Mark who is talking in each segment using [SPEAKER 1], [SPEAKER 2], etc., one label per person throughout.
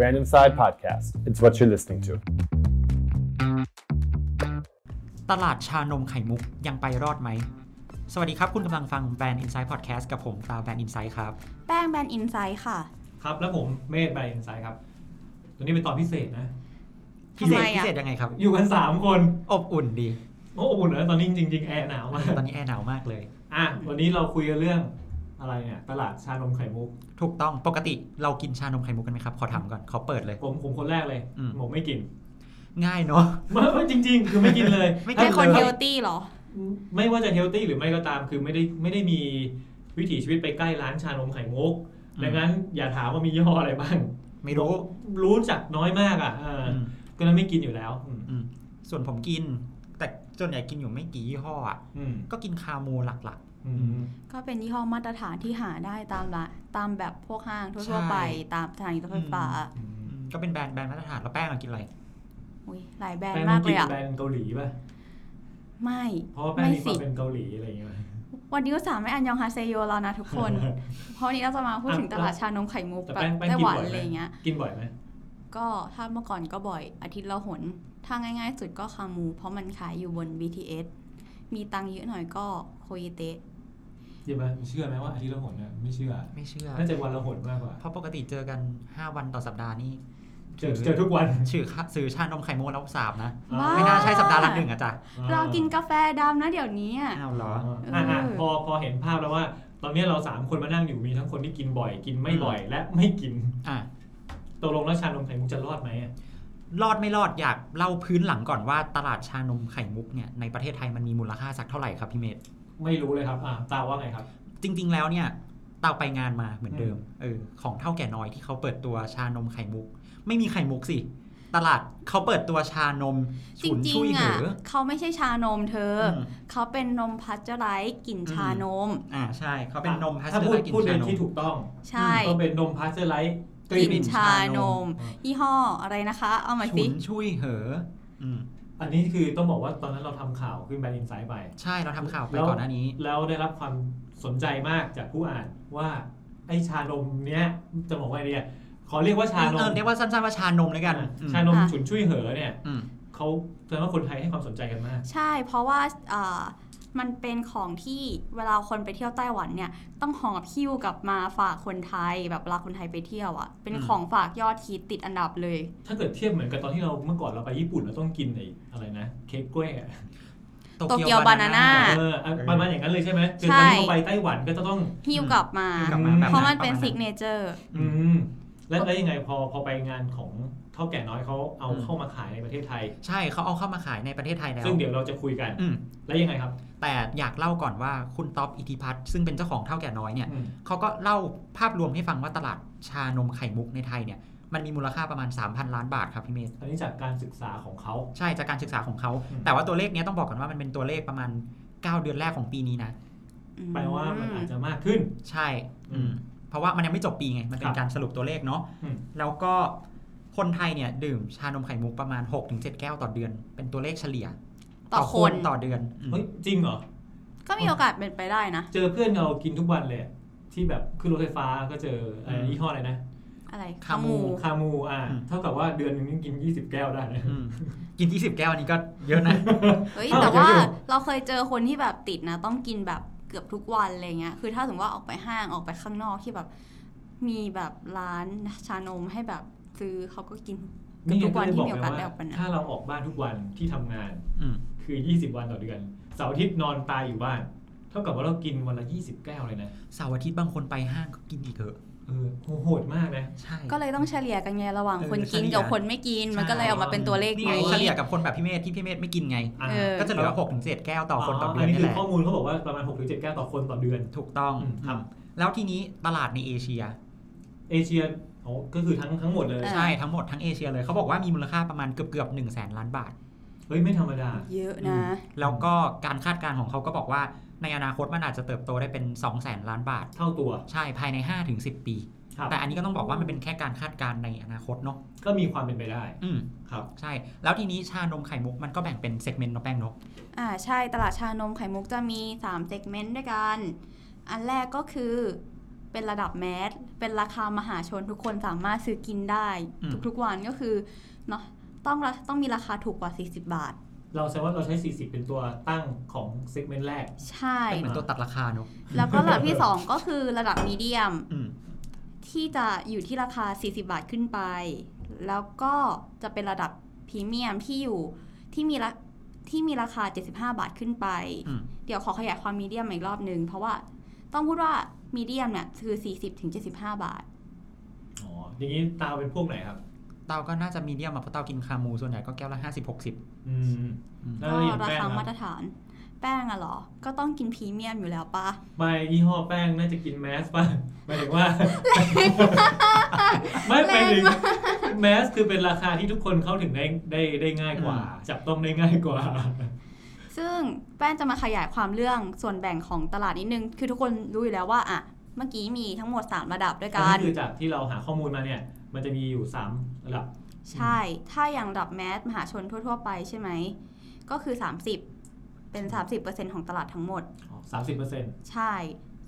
[SPEAKER 1] Random Side Podcast. It's what you're listening to.
[SPEAKER 2] ตลาดชานมไข่มุกยังไปรอดไหม สวัสดีครับ คุณกำลังฟังแบรนด์ Inside Podcast กับผมตาแบรนด์ Inside ครับ
[SPEAKER 3] แป้งแบรนด์อินไซด์ค่ะ
[SPEAKER 4] ครับแล้วผมเมธแบรนด์อินไซด์ครับ ตัวนี้เป็นตอนพิเศษนะ
[SPEAKER 2] พิเศษ
[SPEAKER 3] ทำไมอะ
[SPEAKER 2] พิเศษยังไงครับ
[SPEAKER 4] อยู่กัน 3 คน
[SPEAKER 2] อบอุ่นดี
[SPEAKER 4] โอ้โหเหรอตอนนี้จริงๆแอร์หนาวมาก
[SPEAKER 2] ตอนนี้แอร์หนาวมากเลย
[SPEAKER 4] อ่ะวันนี้เราคุยกันเรื่องอะไรเนี่ย ตลาดชานมไข่มุก
[SPEAKER 2] ถูกต้องปกติเรากินชานมไข่มุกกันไหมครับ ขอถามก่อนขอเปิดเลย
[SPEAKER 4] ผมผมคนแรกเลย
[SPEAKER 2] อืม
[SPEAKER 4] ผมไม่กิน
[SPEAKER 2] ง่ายเนาะ
[SPEAKER 4] ไม่ไม่จริง ๆ คือไม่กินเลย
[SPEAKER 2] ไม่กิ
[SPEAKER 3] เป็นคน
[SPEAKER 2] เออ
[SPEAKER 3] เฮ
[SPEAKER 4] ถ้า
[SPEAKER 3] ลตี้เหรอ
[SPEAKER 4] ไม่ว่าจะเฮลตี้หรือไม่ก็ตาม คือไม่ได้ไม่ได้มีวิถีชีวิตไปใกล้ร้านชานมไข่มุกดังนั้นอย่าถามว่ามียี่ห้ออะไรบ้าง
[SPEAKER 2] ไม่รู้
[SPEAKER 4] รู้จักน้อยมากอ่ะอ่า
[SPEAKER 2] อืม
[SPEAKER 4] ก็เลยไม่กินอยู่แล้วอืม
[SPEAKER 2] อืมส่วนผมกิน แต่ส่วนใหญ่กินอยู่ไม่กี่ยี่ห้ออะ
[SPEAKER 4] อืม
[SPEAKER 2] ก็กินคาโมหลัก
[SPEAKER 4] อืม
[SPEAKER 3] ก็เป็นยี่ห้อมาตรฐานที่หาได้ตามละตามแบบพวกห้าง
[SPEAKER 2] ใช่
[SPEAKER 3] ทั่วๆไปตามทางรถไฟฟ้า
[SPEAKER 2] อื ๆอืมก็เป็นแบรนด์แบรนด์มาตรฐานแล้วแป้งเรากินอะไร
[SPEAKER 3] อุ้ยหลายแบรน
[SPEAKER 4] แป้ง
[SPEAKER 3] ด์
[SPEAKER 4] ต้
[SPEAKER 3] มาเลย
[SPEAKER 4] อก งกิน
[SPEAKER 3] อ่ะ
[SPEAKER 4] แบรนด์เกาหลีป่ะ
[SPEAKER 3] ไม่
[SPEAKER 4] เพราะว่าแป้ง
[SPEAKER 3] ไม่
[SPEAKER 4] มีค
[SPEAKER 3] สิ
[SPEAKER 4] วามเป็นเกาหลีอะไรอย่างเงี้ย
[SPEAKER 3] วันนี้ก็สามไม่อันยองฮาเซโยแล้วนะทุกคน เพราะวันนี้เราจะมาพูดถึง
[SPEAKER 4] อ่ะ
[SPEAKER 3] ตลาดชานมไข่มุก
[SPEAKER 4] แต่
[SPEAKER 3] แบ
[SPEAKER 4] แป้
[SPEAKER 3] บ
[SPEAKER 4] งแป้ง
[SPEAKER 3] ไต้หวัน
[SPEAKER 4] กินบ่อยไหม
[SPEAKER 3] อะไรอย่างเงี้ย
[SPEAKER 4] กินบ่อยไหม
[SPEAKER 3] ก็ถ้าเมื่อก่อนก็บ่อยอาทิตย์ละหนถ้าง่ายๆ สุดก็คามู เพราะมันขายอยู่บน BTS มีตังค์เยอะหน่อยก็โคยเตะ
[SPEAKER 4] กินไหมเชื่อไหมว่าอาทิตย์ละหนเนี่ยไม่เชื่อ
[SPEAKER 2] ไม่เชื่อ
[SPEAKER 4] น่าจะวันละหนมากกว่า
[SPEAKER 2] เพราะปกติเจอกัน 5 วันต่อสัปดาห์นี่
[SPEAKER 4] เจอเจอทุกวัน
[SPEAKER 2] ชื่อค่ะสื่อชานมไข่มุกแล้วสามนะ
[SPEAKER 3] บ้า
[SPEAKER 2] ไม่น่าใช่สัปดาห์ละหนึ่งอะจ้ะ
[SPEAKER 3] เรากินกาแฟดำนะเดี๋ยวนี้อะ
[SPEAKER 2] อ้าวเหรอ
[SPEAKER 4] อ่ะอ่ะ
[SPEAKER 3] เออ
[SPEAKER 4] พอพอเห็นภาพแล้วว่า ตอนเนี้ยเราสามคนมานั่งอยู่มีทั้งคนที่กินบ่อย กินไม่บ่อยและไม่กิน
[SPEAKER 2] อ่ะ
[SPEAKER 4] ตกลงแล้วชานมไข่มุกจะรอดไหมอ่ะ
[SPEAKER 2] รอดไม่รอดอยากเล่าพื้นหลังก่อนว่าตลาดชานมไข่มุกเนี่ยในประเทศไทยมันมีมูลค่าสักเท่าไหร่ครับพี่เมธ
[SPEAKER 4] ไม่รู้เลยครับอ่ะตาว่าไงครับ
[SPEAKER 2] จริง ๆ แล้วเนี่ยเตาไปงานมาเหมือนเดิมเออของเท่าแก่น้อยที่เขาเปิดตัวชานมไข่มุก ไม่มีไข่มุกสิ ตลาดเขาเปิดตัวชานม
[SPEAKER 3] จ
[SPEAKER 2] ฉุน
[SPEAKER 3] ริง
[SPEAKER 2] ชุย
[SPEAKER 3] ๆ
[SPEAKER 2] เห
[SPEAKER 3] อ่ะ
[SPEAKER 2] อ
[SPEAKER 3] เขาไม่ใช่ชานมเธอ
[SPEAKER 2] อื
[SPEAKER 3] อ
[SPEAKER 2] ม
[SPEAKER 3] เขาเป็นนมพัชเจอไรซ์กลิ่นชานม
[SPEAKER 2] อ่าใช่เขาเป็นนมพัส
[SPEAKER 4] ถ้า
[SPEAKER 2] เตอ
[SPEAKER 4] พู
[SPEAKER 2] ร์
[SPEAKER 4] ด
[SPEAKER 2] ไลท์กินชา
[SPEAKER 4] พูดใน
[SPEAKER 2] นม
[SPEAKER 4] ที่ถูกต้อง
[SPEAKER 3] ใช่
[SPEAKER 4] ก็เป็นนมพาสเจอร์ไลท์
[SPEAKER 3] ก
[SPEAKER 4] ก
[SPEAKER 3] ลิ่
[SPEAKER 4] ลิ่
[SPEAKER 3] น
[SPEAKER 4] น
[SPEAKER 2] น
[SPEAKER 3] ชาน
[SPEAKER 2] ชาน
[SPEAKER 3] ม
[SPEAKER 2] ม
[SPEAKER 3] ยี่ห้ออะไรนะคะเอามา
[SPEAKER 2] ฉุ
[SPEAKER 3] สิ
[SPEAKER 2] นชุยเหออืม
[SPEAKER 4] อันนี้คือต้องบอกว่าตอนนั้นเราทำข่าวขึ้นแบรนด์อินไซด์ไป
[SPEAKER 2] ใช่เราทำข่าวไป
[SPEAKER 4] แล้ว
[SPEAKER 2] ก่อนหน้านี้
[SPEAKER 4] แล้วได้รับความสนใจมากจากผู้อ่านว่าไอ้ชานมเนี้ยจะบอกว่าไงดีอะขอเรียกว่าชาน
[SPEAKER 2] เอ
[SPEAKER 4] ม
[SPEAKER 2] อเรียกว่าสั้นๆว่าชานมแล้วกัน
[SPEAKER 4] อ่ะ
[SPEAKER 2] อืม
[SPEAKER 4] ชานมฉุนช่วยเหอเนี่ย
[SPEAKER 2] อืม
[SPEAKER 4] เขาแสดงว่าคนไทยให้ความสนใจกันมาก
[SPEAKER 3] ใช่เพราะว่าอ่ามันเป็นของที่เวลาคนไปเที่ยวไต้หวันเนี่ย ต้องหอบคิ้วกลับมาฝากคนไทยแบบเวลาคนไทยไปเที่ยวอะ่ะ เป็น
[SPEAKER 2] อืม
[SPEAKER 3] ของฝากยอดฮิตติดอันดับเลย
[SPEAKER 4] ถ้าเกิดเทียบเหมือนกับตอนที่เราเมื่อก่อนเราไปญี่ปุ่นเราต้องกินไอ้อะไรนะเค้กกล้วยอะ
[SPEAKER 3] โตเกียว banana อ่ะ
[SPEAKER 4] เอออ่ะประมาณอย่างนั้นเลยใช่ไหมคือ
[SPEAKER 3] ใช่
[SPEAKER 4] ตอนที่เราไปไต้หวันก็จะต้อง
[SPEAKER 3] หิ้วกลับมา
[SPEAKER 2] หิ้วกลับมาแบบนั้น
[SPEAKER 3] เพราะมันเป็น
[SPEAKER 2] ประมาณนั้น
[SPEAKER 3] ซิกเนเจอร์
[SPEAKER 4] อืมแล้วแล้วยังไงพอพอไปงานของเท่าแก่น้อยเขาเอาเข้ามาขายในประเทศไทย
[SPEAKER 2] ใช่เขาเอาเข้ามาขายในประเทศไทยแล้ว
[SPEAKER 4] ซึ่งเดี๋ยวเราจะคุยกัน
[SPEAKER 2] อืม
[SPEAKER 4] แล้วยังไงครับ
[SPEAKER 2] แต่อยากเล่าก่อนว่าคุณท็อปอิทธิพัฒน์ซึ่งเป็นเจ้าของเท่าแก่น้อยเนี่ย
[SPEAKER 4] อืม
[SPEAKER 2] เขาก็เล่าภาพรวมให้ฟังว่าตลาดชานมไข่มุกในไทยเนี่ยมันมีมูลค่าประมาณ 3,000 ล้านบาทครับพี่เมธ
[SPEAKER 4] อันนี้จากการศึกษาของเขา
[SPEAKER 2] ใช่จากการศึกษาของเขา
[SPEAKER 4] อืม
[SPEAKER 2] แต่ว่าตัวเลขเนี้ยต้องบอกก่อนว่ามันเป็นตัวเลขประมาณ 9 เดือนแรกของปีนี้นะ
[SPEAKER 3] อืม
[SPEAKER 4] แปลว่ามันอาจจะมากขึ้น
[SPEAKER 2] ใช่
[SPEAKER 4] อืม
[SPEAKER 2] อืมเพราะว่ามันยังไม่จบปีไง มันเป็
[SPEAKER 4] ครั
[SPEAKER 2] น
[SPEAKER 4] บ
[SPEAKER 2] การสรุปตัวเลขเนาะ
[SPEAKER 4] อืม
[SPEAKER 2] แล้วก็คนไทยเนี่ยดื่มชานมไข่มุกประมาณ 6-7 แก้วต่อเดือน เป็นตัวเลขเฉลี่ย
[SPEAKER 3] ต่อคน
[SPEAKER 2] ต่อเดือนอืม
[SPEAKER 4] เฮ้ยจริงเหรอ
[SPEAKER 3] ก็มีโอกาสเป็นไปได้นะ
[SPEAKER 4] เจอเพื่อนเรากินทุกวันเลย ที่แบบขึ้นรถไฟฟ้าก็เจออะไรนะยี่ห้ออะไรนะ
[SPEAKER 3] อะไร
[SPEAKER 4] คามูอ่าเท่ากับว่าเดือนหนึงนี่กิน 20 แก้วได้นะ
[SPEAKER 2] อืมกิน 20 แก้วอันนี้ก็เยอะนะ
[SPEAKER 3] เฮ้ย
[SPEAKER 4] อ้าว
[SPEAKER 3] แต่ว่า
[SPEAKER 4] เดี๋ยว
[SPEAKER 3] เราเคยเจอคนที่แบบติดนะ ต้องกินแบบเกือบทุกวันอะไรเงี้ยคือถ้าสมมติว่าออกไปห้างออกไปข้างนอกที่แบบมีแบบร้านชานมให้แบบซื้อเขาก็กิน
[SPEAKER 4] นี่
[SPEAKER 3] ทุกวันที่
[SPEAKER 4] ไง
[SPEAKER 3] มีโอกาสได้ออกไปนะ
[SPEAKER 4] ถ้าเราออกบ้านทุกวันที่ทำงาน
[SPEAKER 2] อืม
[SPEAKER 4] คือ 20 วันต่อเดือนเสาร์อาทิตย์นอนตายอยู่บ้าน เท่ากับว่าเรากินวันละ 20 แก้วเลยนะ
[SPEAKER 2] เสาร์อาทิตย์บางคนไปห้างก็กินอีกเถอะ
[SPEAKER 4] เออโหดมากนะ
[SPEAKER 2] ใช่
[SPEAKER 3] ก็เลยต้องเฉลี่ยกันไงระหว่าง
[SPEAKER 2] เออ
[SPEAKER 3] คนกิน
[SPEAKER 2] เฉลี่ย
[SPEAKER 3] กับคนไม่กิน มัน
[SPEAKER 2] ใช่
[SPEAKER 3] ก็เลยออกมาเป็นตัวเลข
[SPEAKER 2] นี่
[SPEAKER 3] ไง
[SPEAKER 2] ไงเฉลี่ยกับคนแบบพี่เมธที่พี่เมธไม่กินไง
[SPEAKER 4] อ่ะ
[SPEAKER 3] เออ
[SPEAKER 2] ก็จะเหลือหกถึงเจ็ดแก้วต่อคนต่อเดือน
[SPEAKER 4] นนี้
[SPEAKER 2] นี่
[SPEAKER 4] คื
[SPEAKER 2] แห
[SPEAKER 4] อ
[SPEAKER 2] ละ
[SPEAKER 4] ข้อมูลเขาบอกว่าประมาณ6-7ถึงแก้วต่อคนต่อเดือน
[SPEAKER 2] ถูกต้อง
[SPEAKER 4] อืมครับ
[SPEAKER 2] แล้วทีนี้ตลาดในเอเชีย
[SPEAKER 4] เอเชียโอ้ก็คือทั้งทั้งหมดเลย
[SPEAKER 3] เออ
[SPEAKER 2] ใช่ทั้งหมดทั้งเอเชียเลยเขาบอกว่ามีมูลค่าประมาณเกือบเกือบหนึ่งแสนล้านบาท
[SPEAKER 4] เฮ้ยไม่ธรรมดา
[SPEAKER 3] เยอะนะ
[SPEAKER 2] แล้วก็การคาดการณ์ของเขาก็บอกว่าในอนาคตมันอาจจะเติบโตได้เป็น 2 0 0แสนล้านบาท
[SPEAKER 4] เท่าตัว
[SPEAKER 2] ใช่ภายใน 5-10 ปี
[SPEAKER 4] ครับ
[SPEAKER 2] แต่อันนี้ก็ต้องบอกว่ามันเป็นแค่การคาดการณ์ในอนาคตเนาะ
[SPEAKER 4] ก็มีความเป็นไปได้
[SPEAKER 2] อืม
[SPEAKER 4] ครับ
[SPEAKER 2] ใช่ แล้วทีนี้ชานมไข่มุกมันก็แบ่งเป็นเซกเมนต์เนาะแป้งเนาะ
[SPEAKER 3] อ่าใช่ตลาดชานมไข่มุกจะมี3เซกเมนต์ด้วยกัน อันแรกก็คือเป็นระดับแมสเป็นราคามหาชนทุกคนสามารถซื้อกินได้
[SPEAKER 2] อืม
[SPEAKER 3] ทุกๆวันก็คือเนาะต้องราต้องมีราคาถูกกว่า 40 บาท
[SPEAKER 4] เราแสดงว่าเราใช้ 40 เป็นตัวตั้งของเซกเมนต์แรก
[SPEAKER 3] ใช่
[SPEAKER 2] เป็นเหมือนตัวตัดราคาเนาะ
[SPEAKER 3] แล้วก็ระดับที่ 2 ก็คือระดับมีเดียม
[SPEAKER 2] อืม
[SPEAKER 3] ที่จะอยู่ที่ราคา 40 บาทขึ้นไป แล้วก็จะเป็นระดับพรีเมียมที่อยู่ที่มีราที่มีราคา 75 บาทขึ้นไป
[SPEAKER 2] อืม
[SPEAKER 3] เดี๋ยวขอขยายความมีเดียมอีกรอบหนึ่งเพราะว่าต้องพูดว่ามีเดียมเนี่ยคือ 40ถึง75 บาท
[SPEAKER 4] อ๋อ อย่างนี้ตาเป็นพวกไหนครับ
[SPEAKER 2] เตาก็น่าจะมีเดียมอะเพราะเตากินคามูส่วนใหญ่ก็แก้วละห้าสิบหกสิบ
[SPEAKER 4] อืม แล้ว
[SPEAKER 3] ก็
[SPEAKER 4] อย่าง
[SPEAKER 3] รา
[SPEAKER 4] แป้ง
[SPEAKER 3] คา
[SPEAKER 4] ค
[SPEAKER 3] มา
[SPEAKER 4] รับ
[SPEAKER 3] ตรฐาน แป้งอะเหรอ ก็ต้องกินพรีเมียมอยู่แล้วปะ
[SPEAKER 4] ไม่ยี่ห้อแป้งน่าจะกินแมสป่ ะหมายถึงว่า ไม่ไปถึงแมสคือเป็นราคาที่ทุกคนเข้าถึงได้ได้ได้ง่ายกว่า จับต้องได้ง่ายกว่า
[SPEAKER 3] ซึ่งแป้งจะมาขยายความเรื่องส่วนแบ่งของตลาดนิดนึง คือทุกคนรู้อยู่แล้วว่าอะเมื่อกี้มีทั้งหมด 3 ระดับด้วยกั
[SPEAKER 4] อั
[SPEAKER 3] น
[SPEAKER 4] นนี้คือจากที่เราหาข้อมูลมาเนี่ย มันจะมีอยู่ 3 ระดับ
[SPEAKER 3] ใช่ ถ้าอย่างระดับแมสมหาชนทั่ว ๆ ไปใช่ไหม ก็คือ 30 เป็น 30%ของตลาดทั้งหมด
[SPEAKER 4] 30เปอร์เซ็นต์
[SPEAKER 3] ใช่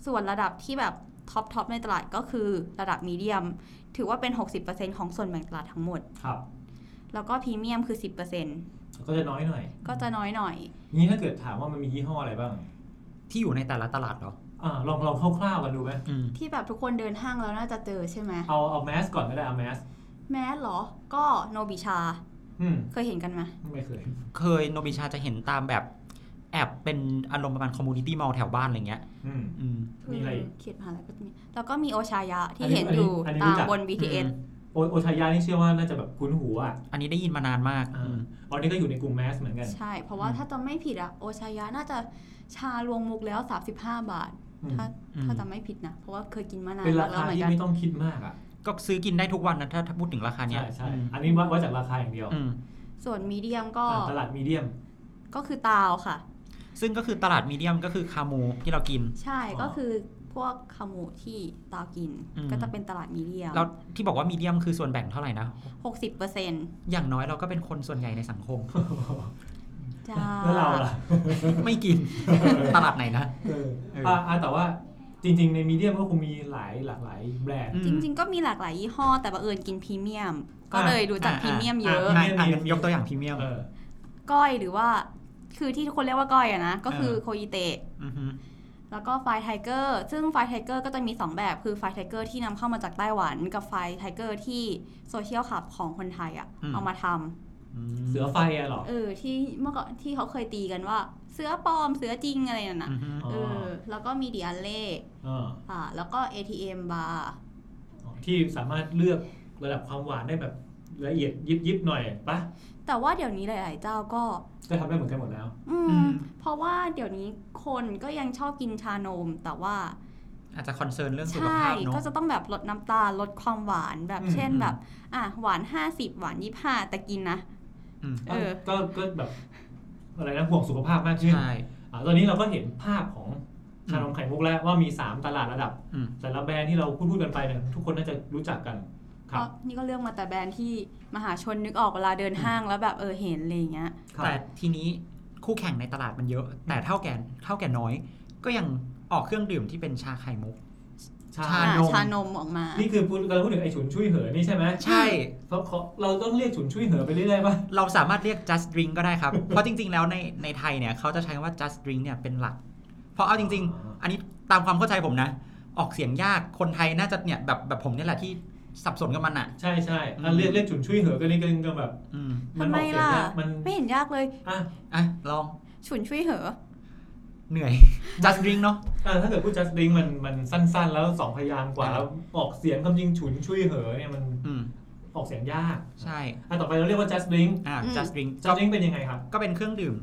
[SPEAKER 3] ส่วนระดับที่แบบท็อปทอปในตลาดก็คือระดับมีเดียม ถือว่าเป็น 60%ของส่วนแบ่งตลาดทั้งหมด
[SPEAKER 4] ครับ
[SPEAKER 3] แล้วก็พรีเมียมคือ
[SPEAKER 4] ก็จะน้อยหน่อย
[SPEAKER 3] 10%ก็จะน้อยหน่อย
[SPEAKER 4] นี่ถ้าเกิดถามว่ามันมียี่ห้ออะไรบ้าง
[SPEAKER 2] ที่อยู่ในแต่ละตลาดเหรอ
[SPEAKER 4] อ่าลองลองคร่าวๆกันดูไหม
[SPEAKER 2] อืม
[SPEAKER 3] ที่แบบทุกคนเดินห้างแล้วน่าจะเจอใช่ไหม
[SPEAKER 4] เอาเอาแมสก่อนก็ได้เอาแมส
[SPEAKER 3] แมสเหรอ ก็โนบิชา
[SPEAKER 4] อืม
[SPEAKER 3] เคยเห็นกันไหม
[SPEAKER 4] ไม่เคย
[SPEAKER 2] เคยโนบิชาจะเห็นตามแบบแอบเป็นอารมณ์ประมาณคอมมูนิตี้มอลแถวบ้านอะไรเงี้ย
[SPEAKER 4] อืม
[SPEAKER 2] อืม
[SPEAKER 3] คือ
[SPEAKER 4] มีอะไรอีก
[SPEAKER 3] เขตมหาลัยก็จะมีแล้วก็มีโอชายะ
[SPEAKER 4] อั
[SPEAKER 3] ที่
[SPEAKER 4] นนี้
[SPEAKER 3] เห็นอยู่
[SPEAKER 4] อันนี้
[SPEAKER 3] ตา
[SPEAKER 4] รู้
[SPEAKER 3] ม
[SPEAKER 4] จัก
[SPEAKER 3] บน BTS
[SPEAKER 2] อืม
[SPEAKER 4] โอโอชายานี่เชื่อว่าน่าจะแบบคุ้นหูอ่ะ
[SPEAKER 2] อันนี้ได้ยินมานานมาก
[SPEAKER 4] อ่า
[SPEAKER 2] อืม
[SPEAKER 4] อ๋อนี่ก็อยู่ในกลุ่มแมสเหมือนกัน
[SPEAKER 3] ใช่ เพราะว่า
[SPEAKER 2] อืม
[SPEAKER 3] ถ้าจำไม่ผิดอะโอชายะน่าจะชารวมมุกแล้ว 35 บาท
[SPEAKER 4] อืม
[SPEAKER 3] ถ้า
[SPEAKER 2] อืม
[SPEAKER 3] ถ้าจำไม่ผิดนะ เพราะว่าเคยกินมานาน
[SPEAKER 4] เป็นราม
[SPEAKER 3] ากแล้
[SPEAKER 4] คาว
[SPEAKER 3] เหมือนกัน
[SPEAKER 4] ที่ไม่ต้องคิดมากอ่ะ
[SPEAKER 2] ก็ซื้อกินได้ทุกวันนะถ้าถ้าพูดถึงราคาเนี้
[SPEAKER 4] ใช่
[SPEAKER 2] ย
[SPEAKER 4] ใช่
[SPEAKER 2] อืม
[SPEAKER 4] อันนี้วัดวัดจากราคาอย่างเดียว
[SPEAKER 2] อืม
[SPEAKER 3] ส่วนมีเดียมก็
[SPEAKER 4] อ่าตลาดมีเดียม
[SPEAKER 3] ก็คือตาวค่ะ
[SPEAKER 2] ซึ่งก็คือตลาดมีเดียมก็คือคามูที่เรากิน
[SPEAKER 3] ใช่
[SPEAKER 4] อ๋อ
[SPEAKER 3] ก็คือพวกขมูที่ตาวกิน
[SPEAKER 2] อืม
[SPEAKER 3] ก็จะเป็นตลาดมีเดียม
[SPEAKER 2] แล้วที่บอกว่ามีเดียมคือส่วนแบ่งเท่าไหร่นะ
[SPEAKER 3] หกสิบเปอร์เซ็นต์
[SPEAKER 2] อย่างน้อยเราก็เป็นคนส่วนใหญ่ในสังคม
[SPEAKER 3] จ้า
[SPEAKER 4] แล้วเราล่ะ
[SPEAKER 2] ไม่กิ น ตลาดไหนนะ
[SPEAKER 4] เออ
[SPEAKER 2] เอออ่
[SPEAKER 4] อ่าอ่าแต่ว่าจริง ๆ ในมีเดียมก็คงมีหลายหลากหลายแบรนด์
[SPEAKER 2] อืม
[SPEAKER 3] จริงๆ ก็มีหลากหลายยี่ห้อ แต่บังเอิญกินพรีเมียม ก็
[SPEAKER 4] อ่ะ
[SPEAKER 3] เลยรู้จัก
[SPEAKER 2] อ่ะ
[SPEAKER 3] พรีเมียมเยอะ
[SPEAKER 2] อ่ะอ่ะงั้นยกตัวอย่างพรีเมียม
[SPEAKER 4] เออ
[SPEAKER 3] ก้อยหรือว่าคือที่ทุกคนเรียกว่าก้อยอะนะ ก็คือโคยิเตะ
[SPEAKER 2] อือฮึ
[SPEAKER 3] แล้วก็ไฟไทเกอร์ซึ่งไฟไทเกอร์ก็จะมี 2 แบบ คือไฟไทเกอร์ที่นำเข้ามาจากไต้หวัน กับไฟไทเกอร์ที่โซเชียลขับของคนไทยอะเอามาทำ
[SPEAKER 4] เสือไฟอะเหรอ
[SPEAKER 3] เออที่เมื่อก่อนที่เขาเคยตีกันว่า เสือปลอมเสือจริงอะไรนั่นนะ
[SPEAKER 2] อือฮึ
[SPEAKER 4] อ๋อ
[SPEAKER 3] เออแล้วก็มีเดียเล่
[SPEAKER 4] อ่า
[SPEAKER 3] อ่าแล้วก็ ATM บาร์
[SPEAKER 4] ที่สามารถเลือกระดับความหวานได้แบบละเอียดยิบยิบๆหน่อยปะ
[SPEAKER 3] แต่ว่าเดี๋ยวนี้หลาย ๆ เจ้าก็
[SPEAKER 4] ก็ทำได้เหมือนกันหมดแล้ว
[SPEAKER 3] อืม เพราะว่าเดี๋ยวนี้คนก็ยังชอบกินชานม แต่ว่า
[SPEAKER 2] อาจจะคอนเซิร์นเรื่องสุข
[SPEAKER 3] ใช่
[SPEAKER 2] ภาพเนอะ
[SPEAKER 3] ก็จะต้องแบบลดน้ำตาลลดความหวานแบบ
[SPEAKER 4] อืม
[SPEAKER 3] เช่น
[SPEAKER 2] อืม
[SPEAKER 3] แบบ อ่ะ หวาน 50 หวาน 25 แต่กินนะ
[SPEAKER 2] อืม
[SPEAKER 3] เออ
[SPEAKER 4] ก็ก็แบบอะไรนะห่วงสุขภาพมากขึ้น
[SPEAKER 2] ใช่
[SPEAKER 4] อ่าตอนนี้เราก็เห็นภาพของชานมไข่มุกแล้วว่ามี 3 ตลาดระดับ
[SPEAKER 2] อืม
[SPEAKER 4] แต่ละแบรนด์ที่เราพูดพูดกันไปเนี่ยทุกคนน่าจะรู้จักกันค
[SPEAKER 3] ก็
[SPEAKER 4] รับ
[SPEAKER 3] นี่ก็เรื่องมาแต่แบรนด์ที่มหาชนนึกออกเวลาเดินห้างแล้วแบบเออเห็นอะไรอย่างเงี้ย
[SPEAKER 4] ครับ
[SPEAKER 2] แต่ทีนี้คู่แข่งในตลาดมันเยอะ แต่เท่าแก่เท่าแก่น้อย ก็ยังออกเครื่องดื่มที่เป็นชาไข่มุก
[SPEAKER 4] ชา
[SPEAKER 2] ชา
[SPEAKER 3] อ่ะ
[SPEAKER 2] นม
[SPEAKER 3] ชานมออกมา
[SPEAKER 4] นี่คือพูดกำลังพูดถึงไอ้ฉุนชุยเหอนี่ใช่ไหม
[SPEAKER 2] ใช่
[SPEAKER 4] เพราะเขาเราต้องเรียกฉุนชุยเหอไปเรื่อยๆป่ะ
[SPEAKER 2] เราสามารถเรียก just drink ก็ได้ครับ เพราะจริง ๆ แล้วในในไทยเนี่ยเขาจะใช้คำว่า just drink เนี่ยเป็นหลัก เพราะเอาจริง ๆ อันนี้ตามความเข้าใจผมนะ ออกเสียงยาก คนไทยน่าจะเนี่ยแบบแบบผมเนี่ยแหละที่สับสนกับมันอ่ะ
[SPEAKER 4] ใช่ใช่ๆ
[SPEAKER 2] อืม
[SPEAKER 4] อ่ะเรียกเรียกฉุนชุยเหอก็นี่ก็ก็แบบ
[SPEAKER 2] อืม
[SPEAKER 4] มัน
[SPEAKER 3] ทำ
[SPEAKER 4] อ
[SPEAKER 3] ไม
[SPEAKER 4] อกเสียง
[SPEAKER 3] ล่ะ
[SPEAKER 4] ยากมัน
[SPEAKER 3] ไม่เห็นยากเลย
[SPEAKER 4] อ่ะ
[SPEAKER 2] อ่ะ ลอง
[SPEAKER 3] ฉุนช่วยเหอะ
[SPEAKER 2] เหนื่อย just drink เนาะ
[SPEAKER 4] อ่ะถ้าเกิดพูด just drink มันมันสั้น ๆ แล้วสองพยางค์กว่า
[SPEAKER 2] อ่ะ
[SPEAKER 4] แล้วออกเสียงคำจริงฉุนชุยเหอเนี่ยมัน
[SPEAKER 2] อืม
[SPEAKER 4] ออกเสียงยาก
[SPEAKER 2] ใช่
[SPEAKER 4] อ่ะต่อไปเราเรียกว่า just drink
[SPEAKER 2] อ่ะ
[SPEAKER 3] อืม
[SPEAKER 2] just drink
[SPEAKER 4] just drink เป็นยังไงครับ
[SPEAKER 2] ก็เป็นเครื่องดื่ม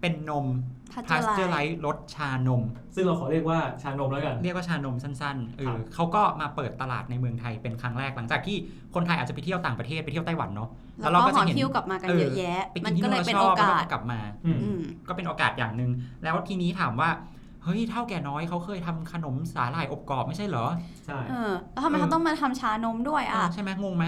[SPEAKER 2] เป็นนม
[SPEAKER 3] พัช
[SPEAKER 2] p a s t
[SPEAKER 3] เจ
[SPEAKER 2] e
[SPEAKER 3] อ
[SPEAKER 2] u r
[SPEAKER 3] ไร
[SPEAKER 2] i z e d รสชานม
[SPEAKER 4] ซึ่งเราขอเรียกว่าชานมแล้วกัน
[SPEAKER 2] เรียกว่าชานมสั้นๆเอ
[SPEAKER 4] ครั
[SPEAKER 2] อบ เขาก็มาเปิดตลาดในเมืองไทยเป็นครั้งแรกหลังจากที่คนไทยอาจจะไปเที่ยวต่างประเทศไปเที่ยวไต้หวันเนาะ
[SPEAKER 3] แล้วก็หอ
[SPEAKER 2] แล้วเราก็จะเห็น
[SPEAKER 3] คิ้วกลับมากัน
[SPEAKER 2] เออ
[SPEAKER 3] เยอะแยะ
[SPEAKER 2] ไป
[SPEAKER 3] มั
[SPEAKER 2] กิ
[SPEAKER 3] น
[SPEAKER 2] นที่
[SPEAKER 3] ก็
[SPEAKER 2] นู่น
[SPEAKER 3] เล
[SPEAKER 2] แล้
[SPEAKER 3] ย
[SPEAKER 2] ว
[SPEAKER 3] เป็น
[SPEAKER 2] ช
[SPEAKER 3] โอ
[SPEAKER 2] อบแล้ว
[SPEAKER 3] กา
[SPEAKER 2] ก็
[SPEAKER 3] ส
[SPEAKER 2] กลับมา
[SPEAKER 4] อืม
[SPEAKER 3] อืม
[SPEAKER 2] ก็เป็นโอกาสอย่างหนึ่งแล้วทีนี้ถามว่า เฮ้ยเท่าแก่น้อยเขาเคยทำขนมสาหร่ายอบกรอบไม่ใช่เหรอ
[SPEAKER 4] ใช่
[SPEAKER 3] เออแล้วทำไมเขาต้องมาทำชานมด้วยอ่ะ
[SPEAKER 2] เออใช่ไหมงงไหม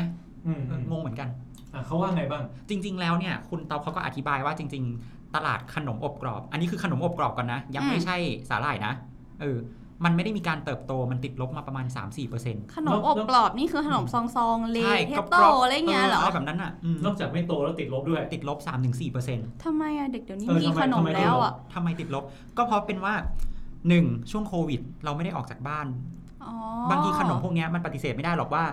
[SPEAKER 4] อืม
[SPEAKER 2] เอองงเหมือนกัน
[SPEAKER 4] อ่ะเขาว่าไงบ้าง
[SPEAKER 2] จริง ๆ แล้วเนี่ยคุณเตาเขาก็อธิบายว่าจริง ๆ ตลาดขนมอบกรอบ อันนี้คือขนมอบกรอบก่อนนะ ยัง
[SPEAKER 3] อื
[SPEAKER 2] ไม่
[SPEAKER 3] ม
[SPEAKER 2] ใช่สาหร่ายนะเออมันไม่ได้มีการเติบโตมันติดลบมาประมาณ 3-4%เปอร์เซ็นต์
[SPEAKER 3] ขนมอบกรอบนี่คือขนมซองซองๆเล
[SPEAKER 2] ใช่
[SPEAKER 3] เท
[SPEAKER 2] ก
[SPEAKER 3] ปโต
[SPEAKER 2] บๆ
[SPEAKER 3] อะไรเงี้ยเหรอ
[SPEAKER 2] อะไรแบบนั้นอ่ะอืม
[SPEAKER 4] นอกจากไม่โตแล้วติดลบด้วย
[SPEAKER 2] ติดลบ 3-4%เปอร์เซ็นต์
[SPEAKER 3] ทำไมอ่ะเด็กเดี๋ยวนี้
[SPEAKER 4] เออ
[SPEAKER 3] มี
[SPEAKER 4] ทำไม
[SPEAKER 3] ขนม
[SPEAKER 4] ทำไม
[SPEAKER 3] แล้วอ่ะ
[SPEAKER 2] ทำไมติดลบ ก็เพราะเป็นว่าหนึ่งช่วงโควิด เราไม่ได้ออกจากบ้าน
[SPEAKER 3] อ๋อบ
[SPEAKER 2] างทีขนมพวกเนี้ยมันปฏิเสธไม่ได้หรอกว่า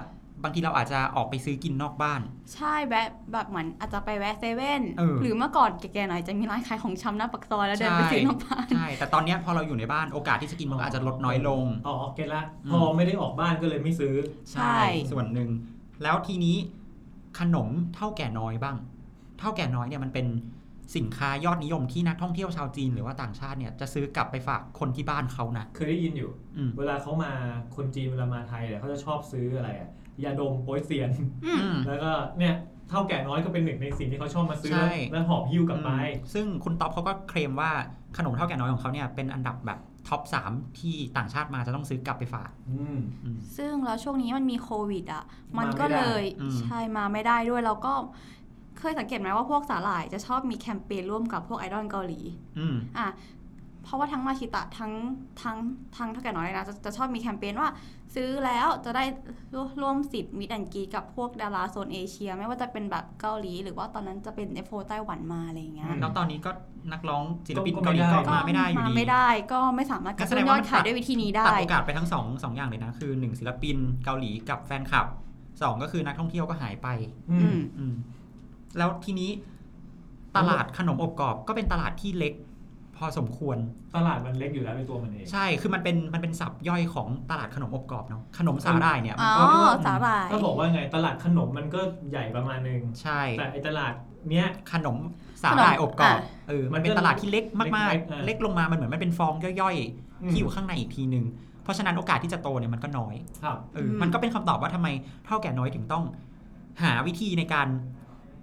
[SPEAKER 2] บางทีเราอาจจะออกไปซื้อกินนอกบ้าน
[SPEAKER 3] ใช่แวะแบบเหมือนอาจจะไปแวะเซเว่น
[SPEAKER 2] เออ
[SPEAKER 3] หรือเมื่อก่อนแก่ๆหน่อยจะมีร้านขายของชำหน้าปากซอยแล้วเดินไป
[SPEAKER 2] ใช่
[SPEAKER 3] ซื้อน้ำปลา
[SPEAKER 2] ใช่ แต่ตอนเนี้ยพอเราอยู่ในบ้านโอกาสที่จะกินมันก็อาจจะลดน้อยลง
[SPEAKER 4] อ๋อเก็ตละ
[SPEAKER 2] อืม
[SPEAKER 4] พอไม่ได้ออกบ้านก็เลยไม่ซื้อ
[SPEAKER 3] ใช่
[SPEAKER 2] ส่วนหนึ่ง แล้วทีนี้ขนมเท่าแก่น้อยบ้าง เท่าแก่น้อยเนี่ยมันเป็นสินค้ายอดนิยมที่นักท่องเที่ยวชาวจีนหรือว่าต่างชาติเนี่ยจะซื้อกลับไปฝากคนที่บ้านเขานะ
[SPEAKER 4] เคยได้ยินอยู่
[SPEAKER 2] อืม
[SPEAKER 4] เวลาเขามาคนจีนเวลามาไทยเนี่ยเขาจะชอบซื้ออะไรอะยาดมโป๊ยเซียน
[SPEAKER 3] อืม
[SPEAKER 2] อืม
[SPEAKER 4] แล้วก็เนี่ยเท่าแก่น้อยก็เป็นหนึ่งในสิ่งที่เขาชอบมาซื้อ
[SPEAKER 2] ใช่
[SPEAKER 4] แล้วแล้วหอบหิ้วกลับไป
[SPEAKER 2] อืมซึ่งคุณท็อปเขาก็เคลมว่าขนมเท่าแก่น้อยของเขาเนี่ยเป็นอันดับแบบท็อป 3 ที่ต่างชาติมาจะต้องซื้อกลับไปฝาก
[SPEAKER 4] อืม
[SPEAKER 3] ซึ่งแล้วช่วงนี้มันมีโควิดอ่ะ
[SPEAKER 4] มา
[SPEAKER 3] มันก็
[SPEAKER 4] ไม่ได้
[SPEAKER 3] เลย
[SPEAKER 2] อืม
[SPEAKER 3] ใช่มาไม่ได้ด้วยแล้วก็เคยสังเกตไหมว่าพวกสาหร่ายจะชอบมีแคมเปญร่วมกับพวกไอดอลเกาหลี
[SPEAKER 2] อืม
[SPEAKER 3] อ่ะ เพราะว่าทั้งมาชิตะทั้งทั้งทั้งเท่าแก่น้อยนะจะจะชอบมีแคมเปญว่า ซื้อแล้วจะได้ร่วมสิทธิ์มิดแอนกีกับพวกดาราโซนเอเชีย ไม่ว่าจะเป็นแบบเกาหลี หรือว่าตอนนั้นจะเป็นเอฟโฟไต้หวันมาอะไรอย่างเงี้ย
[SPEAKER 4] ม
[SPEAKER 2] แล้วตอนนี้ก็นักร้องศิลปิน
[SPEAKER 4] ก็ไม่
[SPEAKER 2] เกาหลีก็
[SPEAKER 4] ได้
[SPEAKER 2] มาไม่ได้อยู่
[SPEAKER 3] มา
[SPEAKER 2] ดี
[SPEAKER 3] ไม่ได้ก็ไม่สามารถกระตุ้นยอดขายด้วยวิธีนี้ได้
[SPEAKER 2] ตัดโอกาสไปทั้งสองสองอย่างเลยนะ คือหนึ่งศิลปินเกาหลีกับแฟนคลับสองก็คือนักท่องเที่ยวก็หายไป
[SPEAKER 4] อื
[SPEAKER 3] อื
[SPEAKER 4] ม
[SPEAKER 3] ม
[SPEAKER 2] อืม แล้วทีนี้ ตลาดขนมอบกรอบก็เป็นตลาดที่เล็ก พอสมควร
[SPEAKER 4] ตลาดมันเล็กอยู่แล้วในตัวมันเอง
[SPEAKER 2] ใช่ คือมันเป็นมันเป็นสับย่อยของตลาดขนมอบกรอบเนาะ ขนมสาหร่ายเนี่ยมันก็
[SPEAKER 3] อ๋อ
[SPEAKER 2] เรียกว่า
[SPEAKER 3] สาหร่าย
[SPEAKER 4] ก็บอกว่าไงตลาดขนมมันก็ใหญ่ประมาณหนึง
[SPEAKER 2] ใช่
[SPEAKER 4] แต่ไอตลาดเนี้ย
[SPEAKER 2] ขนมสาหร่ายอบกรอบ
[SPEAKER 3] อ่ะ
[SPEAKER 2] เออ
[SPEAKER 4] มั
[SPEAKER 2] มัน น
[SPEAKER 4] ก็
[SPEAKER 2] เป็นตลาดที่เล็กมาก
[SPEAKER 4] เล็กๆอ่ะ
[SPEAKER 2] ๆ เล็กลงมา มันเหมือนมันเป็นฟองย่อย
[SPEAKER 4] อื
[SPEAKER 2] ๆ
[SPEAKER 4] ม
[SPEAKER 2] ที่อยู่ข้างในอีกทีหนึ่งเพราะฉะนั้นโอกาสที่จะโตเนี่ยมันก็น้อย
[SPEAKER 4] ครับ
[SPEAKER 2] เอออ
[SPEAKER 3] ม
[SPEAKER 2] มันก็เป็นคำตอบว่าทำไมเท่าแก่น้อยถึงต้อง หาวิธีในการ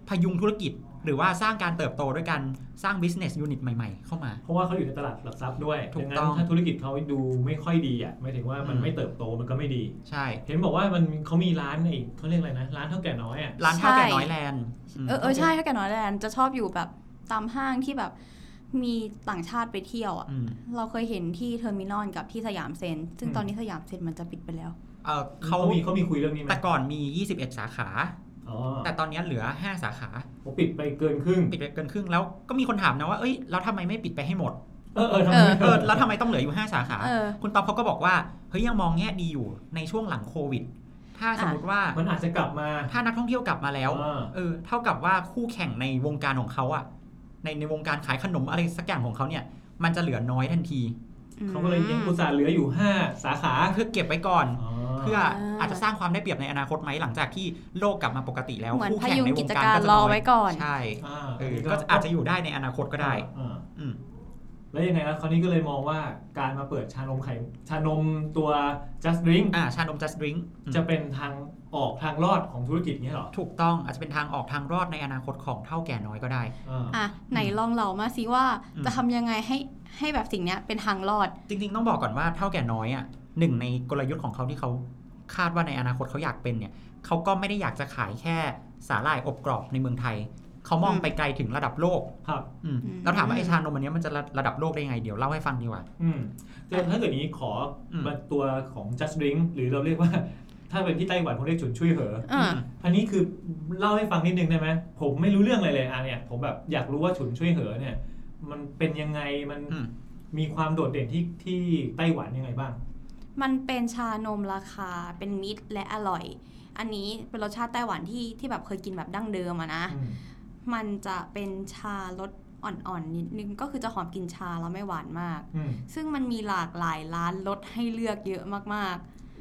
[SPEAKER 2] พยุงธุรกิจ หรือว่าสร้างการเติบโตด้วยการสร้าง business unit ใหม่ๆ เข้ามา
[SPEAKER 4] เพราะว่าเขาอยู่ในตลาดหลักทรัพย์ด้วย
[SPEAKER 2] ถูก
[SPEAKER 4] ดังนั้
[SPEAKER 2] ต้
[SPEAKER 4] น
[SPEAKER 2] อง
[SPEAKER 4] ถ้าธุรกิจเขาดูไม่ค่อยดีอ่ะหมายถึงว่ามัน
[SPEAKER 2] อืม
[SPEAKER 4] ไม่เติบโตมันก็ไม่ดี
[SPEAKER 2] ใช่
[SPEAKER 4] เห็นบอกว่ามันเขามีร้านไอ้เขาเรียกอะไรนะ ร้านเท่าแก่น้อยอ่ะ
[SPEAKER 2] ร้านเท่าแก่น้อยแลนด์ม
[SPEAKER 3] เออเออใช่ถ้าแก่น้อยแลนด์จะชอบอยู่แบบตามห้างที่แบบมีต่างชาติไปเที่ยวอ่ะ
[SPEAKER 2] อืม
[SPEAKER 3] เราเคยเห็นที่เทอร์มินอลกับที่สยามเซ็นซึ่ง
[SPEAKER 4] อืม
[SPEAKER 3] ตอนนี้สยามเซ็นมันจะปิดไปแล้ว
[SPEAKER 2] เอ่อเขา
[SPEAKER 4] มีเขามีคุยเรื่องนี้ไหม
[SPEAKER 2] แต่ก่อนมี 21 สาขา
[SPEAKER 4] อ๋อ
[SPEAKER 2] แต่ตอนนี้เหลือ 5 สาขา
[SPEAKER 4] ผมปิดไปเกินครึ่ง
[SPEAKER 2] ปิดไปเกินครึ่งแล้วก็มีคนถามนะว่าเอ้ยแล้วทำไมไม่ปิดไปให้หมด
[SPEAKER 4] เออเออทำไม
[SPEAKER 2] เออแล้วทำไมต้องเหลืออยู่ 5 สาขา
[SPEAKER 3] เออ
[SPEAKER 2] คุณต๊อบเขาก็บอกว่า เฮ้ยยังมองแง่ดีอยู่ในช่วงหลังโควิด ถ้าสมมติว่า
[SPEAKER 4] มันอาจจะกลับมา
[SPEAKER 2] ถ้านักท่องเที่ยวกลับมาแล้ว
[SPEAKER 4] อ่า
[SPEAKER 2] เออ เท่ากับว่าคู่แข่งในวงการของเขาอะในในวงการขายขนมอะไรสักอย่างของเขาเนี่ย มันจะเหลือน้อยทันที
[SPEAKER 4] เขาก็เลยยังอุตส่าห์เหลืออยู่ 5 สาขา
[SPEAKER 2] เพื่อเก็บไว้ก่อน เพื่ออา อาจจะสร้างความได้เปรียบในอนาคตไหมหลังจากที่โลกกลับมาปกติแล้ว
[SPEAKER 3] เหมือน
[SPEAKER 2] คู่
[SPEAKER 3] พ
[SPEAKER 2] แข่ง
[SPEAKER 3] ยุง
[SPEAKER 2] ในว
[SPEAKER 3] กิ
[SPEAKER 2] ง
[SPEAKER 3] จ
[SPEAKER 2] การ
[SPEAKER 3] การ
[SPEAKER 2] ก็จะ
[SPEAKER 3] รอ
[SPEAKER 2] น้อย
[SPEAKER 3] ไว้ก่อน
[SPEAKER 2] ใช่
[SPEAKER 4] อ่า
[SPEAKER 2] เออน
[SPEAKER 4] นี้
[SPEAKER 2] ก็อาจจะอยู่ได้ในอนาคตก็ได้
[SPEAKER 4] อ่า
[SPEAKER 2] อืม
[SPEAKER 4] แล้วยังไงครับคราวนี้ก็เลยมองว่าการมาเปิดชานมไข่ชานมตัว just drink
[SPEAKER 2] อ่าชานม just drink อืม
[SPEAKER 4] จะเป็นทางออกทางรอดของธุรกิจเนี้ยเหรอ
[SPEAKER 2] ถูกต้องอาจจะเป็นทางออกทางรอดในอนาคตของเท่าแก่น้อยก็ได้
[SPEAKER 4] อ่า
[SPEAKER 3] อ่ะไหนลองเรามาสิว่า
[SPEAKER 2] อืม
[SPEAKER 3] จะทำยังไงให้ให้แบบสิ่งเนี้ยเป็นทางรอด
[SPEAKER 2] จริงๆ ต้องบอกก่อนว่าเท่าแก่น้อยอ่ะหนึ่งในกลยุทธ์ของเขาที่เขาคาดว่าในอนาคตเขาอยากเป็นเนี่ยเขาก็ไม่ได้อยากจะขายแค่สาหร่ายอบกรอบในเมืองไทย เขามอง
[SPEAKER 3] อืม
[SPEAKER 2] ไปไกลถึงระดับโลก
[SPEAKER 4] ครับ
[SPEAKER 2] อืม
[SPEAKER 3] อืม
[SPEAKER 2] แล้วถามว่าไอชานมอันเนี้ยมันจะระระดับโลกได้ยังไง เดี๋ยวเล่าให้ฟังดีกว่า
[SPEAKER 4] อืมแต่ถ้าเกิดอย่างนี้ขออ
[SPEAKER 2] ม
[SPEAKER 4] มาตัวของ just drink หรือเราเรียกว่า ถ้าเป็นที่ไต้หวันเขาเรียกฉุนชุยเหอ
[SPEAKER 3] เออ
[SPEAKER 4] อันนี้คือเล่าให้ฟังนิดนึงได้ไหมผมไม่รู้เรื่องอะไรเลยอ่ะเนี่ยผมแบบอยากรู้ว่าฉุนช่วยเหอเนี่ย มันเป็นยังไงมัน
[SPEAKER 2] อืม
[SPEAKER 4] มีความโดดเด่นที่ที่ไต้หวันยังไงบ้าง
[SPEAKER 3] มันเป็นชานมราคาเป็นมิตรและอร่อย อันนี้เป็นรสชาติไต้หวันที่ที่แบบเคยกินแบบดั้งเดิมอะนะ
[SPEAKER 4] อืม
[SPEAKER 3] มันจะเป็นชารสอ่อนๆนิดนึงก็คือจะหอมกลินชาแล้วไม่หวานมาก
[SPEAKER 4] อืม
[SPEAKER 3] ซึ่งมันมีหลากหลายร้านรสให้เลือกเยอะมาก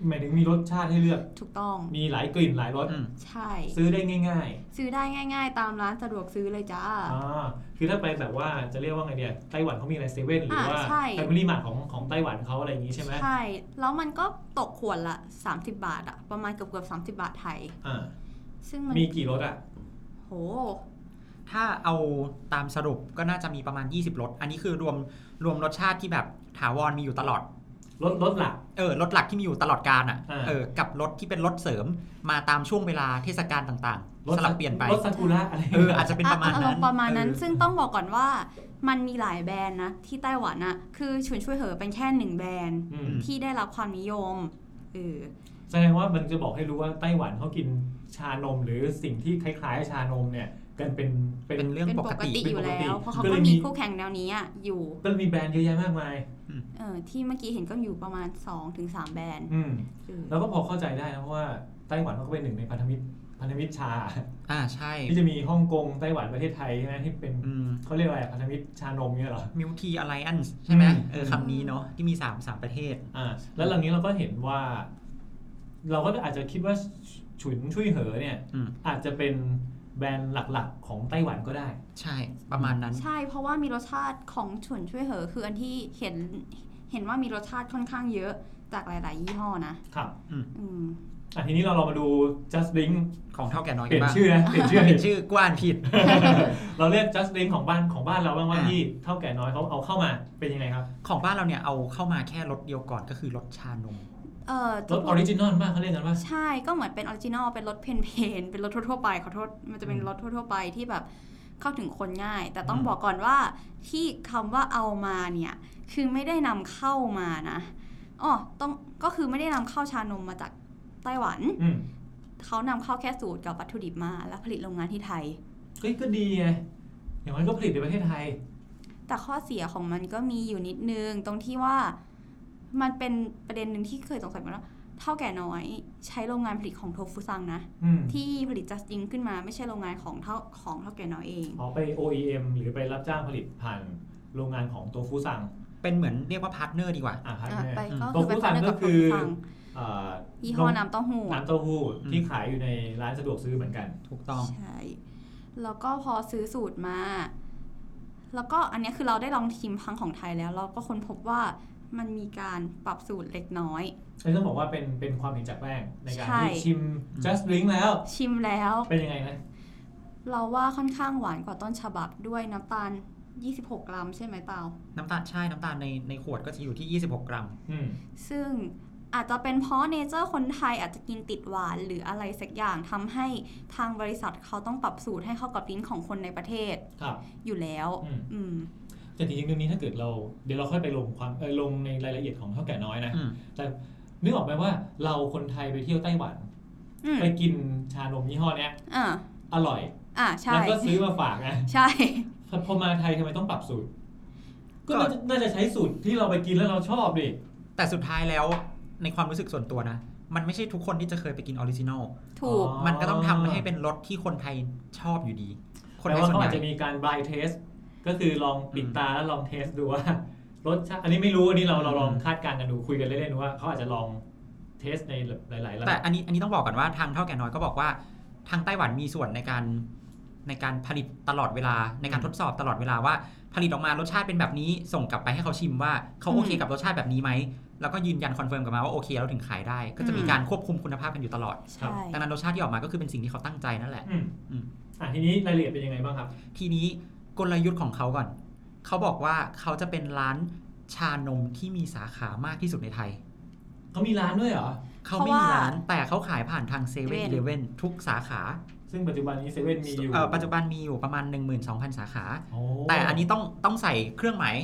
[SPEAKER 4] หมายถึงมีรสชาติให้เลือก
[SPEAKER 3] ๆ ถูกต้อง
[SPEAKER 4] มีหลายกลิ่นหลายรส
[SPEAKER 2] อืม
[SPEAKER 3] ใช่
[SPEAKER 4] ซื้อได้ง่าย
[SPEAKER 3] ซื้อได้ง่าย ๆ ตามร้านสะดวกซื้อเลยจ้า
[SPEAKER 4] ๆอ่าคือถ้าไปแบบว่าจะเรียกว่าไงเนี่ยไต้หวันเขามีอะไรเซเว่นหรือว่า
[SPEAKER 3] อ่าใช่
[SPEAKER 4] แฟมิลี่มาร์ทของของไต้หวันเขาอะไรอย่างนี้ใช่ไหม
[SPEAKER 3] ใช่ แล้วมันก็ตกขวดละ 30 บาทอะประมาณเกือบเกือบสาบาทไทย
[SPEAKER 4] อ่า
[SPEAKER 3] ซึ่งมัน
[SPEAKER 4] มีกี่รสอ่ะ
[SPEAKER 3] โห
[SPEAKER 2] ถ้าเอาตามสรุปก็น่าจะมีประมาณ 20รสอันนี้คือรวมรวมรสชาติที่แบบ ถาวรมีอยู่ตลอด
[SPEAKER 4] รถรถหลัก
[SPEAKER 2] เออรถหลักที่มีอยู่ตลอดการอ่ะ
[SPEAKER 4] อ่า
[SPEAKER 2] เออกับรถที่เป็นรถเสริมมาตามช่วงเวลาเทศกาลต่าง
[SPEAKER 4] รถ
[SPEAKER 2] ๆ สลับเปลี่ยนไป
[SPEAKER 4] รถซากุระอะไร
[SPEAKER 2] เอออาจจะเป็นประมาณ
[SPEAKER 3] อ
[SPEAKER 2] นั้น
[SPEAKER 3] ประมาณนั้น
[SPEAKER 2] เออ
[SPEAKER 3] ซึ่งต้องบอกก่อนว่ามันมีหลายแบรนด์นะ ที่ไต้หวันอะคือฉุนช่วยเหอเป็นแค่หนึ่งแบรนด์
[SPEAKER 4] อืม
[SPEAKER 3] ที่ได้รับความนิยมเออ
[SPEAKER 4] แสดงว่ามันจะบอกให้รู้ว่าไต้หวันเขากินชานม หรือสิ่งที่คล้ายๆ ชานมเนี่ยกันเป็นเป็น
[SPEAKER 2] เป็นเรื่อง
[SPEAKER 3] เป็น
[SPEAKER 2] ป
[SPEAKER 3] ป
[SPEAKER 2] ก
[SPEAKER 3] ก
[SPEAKER 2] ติ
[SPEAKER 3] ติอยู่แล้ว เพราะเขา
[SPEAKER 4] ก็เล
[SPEAKER 3] ก็
[SPEAKER 4] ยมี
[SPEAKER 3] มีคู่แข่งแนวนี้อะอยู่
[SPEAKER 4] ก็มีแบรนด์เยอะแยะมากมาย
[SPEAKER 3] เออที่เมื่อกี้เห็นก็อยู่ประมาณ2-3ถึง3แบรนด์
[SPEAKER 4] อืม
[SPEAKER 3] เออ
[SPEAKER 4] แล้วก็พอเข้าใจได้นะเพราะว่าไต้หวันเขาก็เป็นหนึ่งในพันธมิตรพันธมิตรชา
[SPEAKER 2] อ่าใช่
[SPEAKER 4] ที่จะมีฮ่องกงไต้หวันประเทศไทยใช่ไหมที่เป็น
[SPEAKER 2] อืม
[SPEAKER 4] เขาเรียกอะไรพันธมิตรชานมเนี่ยเหรอ
[SPEAKER 2] มิวทีอ l ไลแอนซ์ใช่ไหม
[SPEAKER 4] อืม
[SPEAKER 2] เออคำนี้เนาะที่มีสามสามประเทศ
[SPEAKER 4] อ่าแล้วหลังนี้เราก็เห็นว่า เราก็อาจจะคิดว่าฉุนชุยเหอเนี่ย
[SPEAKER 2] อืม
[SPEAKER 4] อาจจะเป็นแบรนด์หลักๆ ของไต้หวันก็ได้
[SPEAKER 2] ใช่ประมาณนั้น
[SPEAKER 3] ใช่เพราะว่ามีรสชาติของฉุนช่วยเหอ คืออันที่เห็นเห็นว่ามีรสชาติค่อนข้างเยอะจากหลาย ๆ ยี่ห้อนะครับ อืม
[SPEAKER 4] อ่ะทีนี้เราลองมาดู just drink
[SPEAKER 2] ของเท่าแก่น้อย
[SPEAKER 4] เป
[SPEAKER 2] กั
[SPEAKER 4] ลี่ย
[SPEAKER 2] น
[SPEAKER 4] น
[SPEAKER 2] บ้าง
[SPEAKER 4] ชื่อนะเปลี่ยน ชื่อ
[SPEAKER 2] เห็นชื่อกว้านผิด
[SPEAKER 4] เราเรียก just drink ของบ้านของบ้านเราบ้างว่า
[SPEAKER 2] อ่ะ
[SPEAKER 4] ที่เท่าแก่น้อยเขาเอาเข้ามาเป็นยังไงครับ
[SPEAKER 2] ของบ้านเราเนี่ยเอาเข้ามาแค่รสเดียวก่อนก็คือรสชานม
[SPEAKER 3] เออ
[SPEAKER 4] รสออริจินอลมากเขาเรียกกันว่า
[SPEAKER 3] ใช่ก็เหมือนเป็นออริจินอลเป็นรสเพนเพนเป็นรสทั่ว ๆ ไปขอโทษมันจะเป็น
[SPEAKER 4] อืม
[SPEAKER 3] รสทั่ว ๆ ไปที่แบบเข้าถึงคนง่าย แต่ต้อง
[SPEAKER 2] อืม
[SPEAKER 3] บอกก่อนว่าที่คำว่าเอามาเนี่ย คือไม่ได้นำเข้ามานะอ๋อต้องก็คือไม่ได้นำเข้าชานมมาจากไต้หวัน
[SPEAKER 4] อืม
[SPEAKER 3] เขานำเข้าแค่สูตรกับวัตถุดิบมา แล้วผลิตโรงงานที่ไทย
[SPEAKER 4] เฮ้ยก็ดีไงอย่างนั้นก็ผลิตในประเทศไทย
[SPEAKER 3] แต่ข้อเสียของมันก็มีอยู่นิดนึง ตรงที่ว่ามันเป็นประเด็นหนึ่งที่เคยสงสัยมาว่าเท่าแก่น้อยใช้โรงงานผลิตของโทฟูซังนะ
[SPEAKER 4] อืม
[SPEAKER 3] ที่ผลิตจัสติงขึ้นมาไม่ใช่โรงงานของเท่าของเท่าแก่น้อยเอง
[SPEAKER 4] เอาไป OEM หรือไปรับจ้างผลิตผ่านโรงงานของโตฟูซัง
[SPEAKER 2] เป็นเหมือนเรียกว่าพาร์ทเนอร์ดีกว่า
[SPEAKER 4] อ่ะครับ
[SPEAKER 3] อ่ะ
[SPEAKER 4] แม่
[SPEAKER 3] ไปก็
[SPEAKER 4] โท
[SPEAKER 3] คือ
[SPEAKER 4] ฟู
[SPEAKER 3] ไป
[SPEAKER 4] ซั
[SPEAKER 3] ฟั
[SPEAKER 4] ง
[SPEAKER 3] ง
[SPEAKER 4] ก็
[SPEAKER 3] กับ
[SPEAKER 4] คื
[SPEAKER 3] โท
[SPEAKER 4] อ
[SPEAKER 3] ฟูซัง
[SPEAKER 4] เอ่อ
[SPEAKER 3] ยี่ห้อน้ำเต้าหู้
[SPEAKER 4] น้ำเต้าหู้
[SPEAKER 2] อืม
[SPEAKER 4] ที่ขายอยู่ในร้านสะดวกซื้อเหมือนกัน
[SPEAKER 2] ถูกต้อง
[SPEAKER 3] ใช่แล้วก็พอซื้อสูตรมา แล้วก็อันเนี้ยคือเราได้ลองชิมพังของไทยแล้ว เราก็ค้นพบว่ามันมีการปรับสูตรเล็กน้อย
[SPEAKER 4] ไม่ต้องบอกว่าเป็นเป็นความเห็นจากแป้งในการ
[SPEAKER 3] ใช่
[SPEAKER 4] ที่ชิม just drink แล้ว
[SPEAKER 3] ชิมแล้ว
[SPEAKER 4] เป็นยังไงนะ
[SPEAKER 3] เราว่าค่อนข้างหวานกว่าต้นฉบับด้วยน้ำตาล 26 กรัมใช่ไหมเปล่า
[SPEAKER 2] น้ำตาลใช่น้ำตาลในในขวดก็จะอยู่ที่ 26 กรัม
[SPEAKER 4] อืม
[SPEAKER 3] ซึ่งอาจจะเป็นเพราะเนเจอร์คนไทยอาจจะกินติดหวานหรืออะไรสักอย่างทำให้ทางบริษัทเขาต้องปรับสูตรให้เข้ากับลิ้นของคนในประเทศ
[SPEAKER 4] ครับ
[SPEAKER 3] อยู่แล้ว
[SPEAKER 4] อืม
[SPEAKER 3] อืม
[SPEAKER 4] แต่จริงๆเรื่องนี้ถ้าเกิดเราเดี๋ยวเราค่อยไปลงความเออลงในรายละเอียดของเท่าแก่น้อยนะ
[SPEAKER 2] อืม
[SPEAKER 4] นึกออกไหมว่าเราคนไทยไปเที่ยวไต้หวัน
[SPEAKER 3] อืม
[SPEAKER 4] ไปกินชานมยี่ห้อเนี้ย
[SPEAKER 3] อ่า
[SPEAKER 4] อร่อย
[SPEAKER 3] อ่าใช่
[SPEAKER 4] แล้วก็ซื้อมาฝากนะ
[SPEAKER 3] ใช่
[SPEAKER 4] พอมาไทยทำไมต้องปรับสูตร ก็
[SPEAKER 2] ก็
[SPEAKER 4] น่าจะน่าจะใช้สูตรที่เราไปกินแล้วเราชอบดิ
[SPEAKER 2] แต่สุดท้ายแล้วในความรู้สึกส่วนตัวนะ มันไม่ใช่ทุกคนที่จะเคยไปกินออริจินอล
[SPEAKER 3] ถูก
[SPEAKER 4] อ๋อ
[SPEAKER 2] มันก็ต้องทำให้เป็นรสที่คนไทยชอบอยู่ดี คน
[SPEAKER 4] แป
[SPEAKER 2] ไท
[SPEAKER 4] ล
[SPEAKER 2] ย
[SPEAKER 4] ว่า
[SPEAKER 2] ส่วนให
[SPEAKER 4] เขาอา
[SPEAKER 2] ญ่
[SPEAKER 4] จจะมีการ blind test ก็คือลองปิดตาแล้วลองเทสดูว่ารสชาติอันนี้ไม่รู้อันนี้เราเราลองคาดการณ์กันดูคุยกันเล่นๆดูว่าเขาอาจจะลองเทสในหลายๆระ
[SPEAKER 2] แต่
[SPEAKER 4] ดับ
[SPEAKER 2] อันนี้อันนี้ต้องบอกก่อนว่าทางเท่าแก่น้อยก็บอกว่า ทางไต้หวันมีส่วนในการในการผลิตตลอดเวลาในการทดสอบตลอดเวลาว่า ผลิตออกมารสชาติเป็นแบบนี้ ส่งกลับไปให้เขาชิมว่าเขา
[SPEAKER 3] อืม
[SPEAKER 2] โอเคกับรสชาติแบบนี้ไหมแล้วก็ยืนยันคอนเฟิร์มกลับมาว่าโอเคแล้วถึงขายได้ ก็จะมี
[SPEAKER 3] อืม
[SPEAKER 2] การควบคุมคุณภาพกันอยู่ตลอด
[SPEAKER 3] ใช่
[SPEAKER 2] ดังนั้นรสชาติที่ออกมาก็คือเป็นสิ่งที่เขาตั้งใจนั่นแหละ
[SPEAKER 4] อืม
[SPEAKER 2] อืม
[SPEAKER 4] อ่ะทีนี้รายละเอียดเป็นยังไงบ้างครับ
[SPEAKER 2] ทีนี้กลยุทธ์ของเขาก่อน เขาบอกว่าเขาจะเป็นร้านชานมที่มีสาขามากที่สุดในไทย
[SPEAKER 4] เขามีร้านด้วยเหรอ
[SPEAKER 2] เขาไม่มีร้านแต่เขาขายผ่านทางเซเว่นอีเลเว่นทุกสาขา
[SPEAKER 4] ซึ่งปัจจุบันนี้เซเว่นมีอยู่
[SPEAKER 2] เอ่อปัจจุบันมีอยู่ประมาณ 12,000 สาขา
[SPEAKER 4] โอ้
[SPEAKER 2] แต่อันนี้ต้องต้องใส่เครื่องหมาย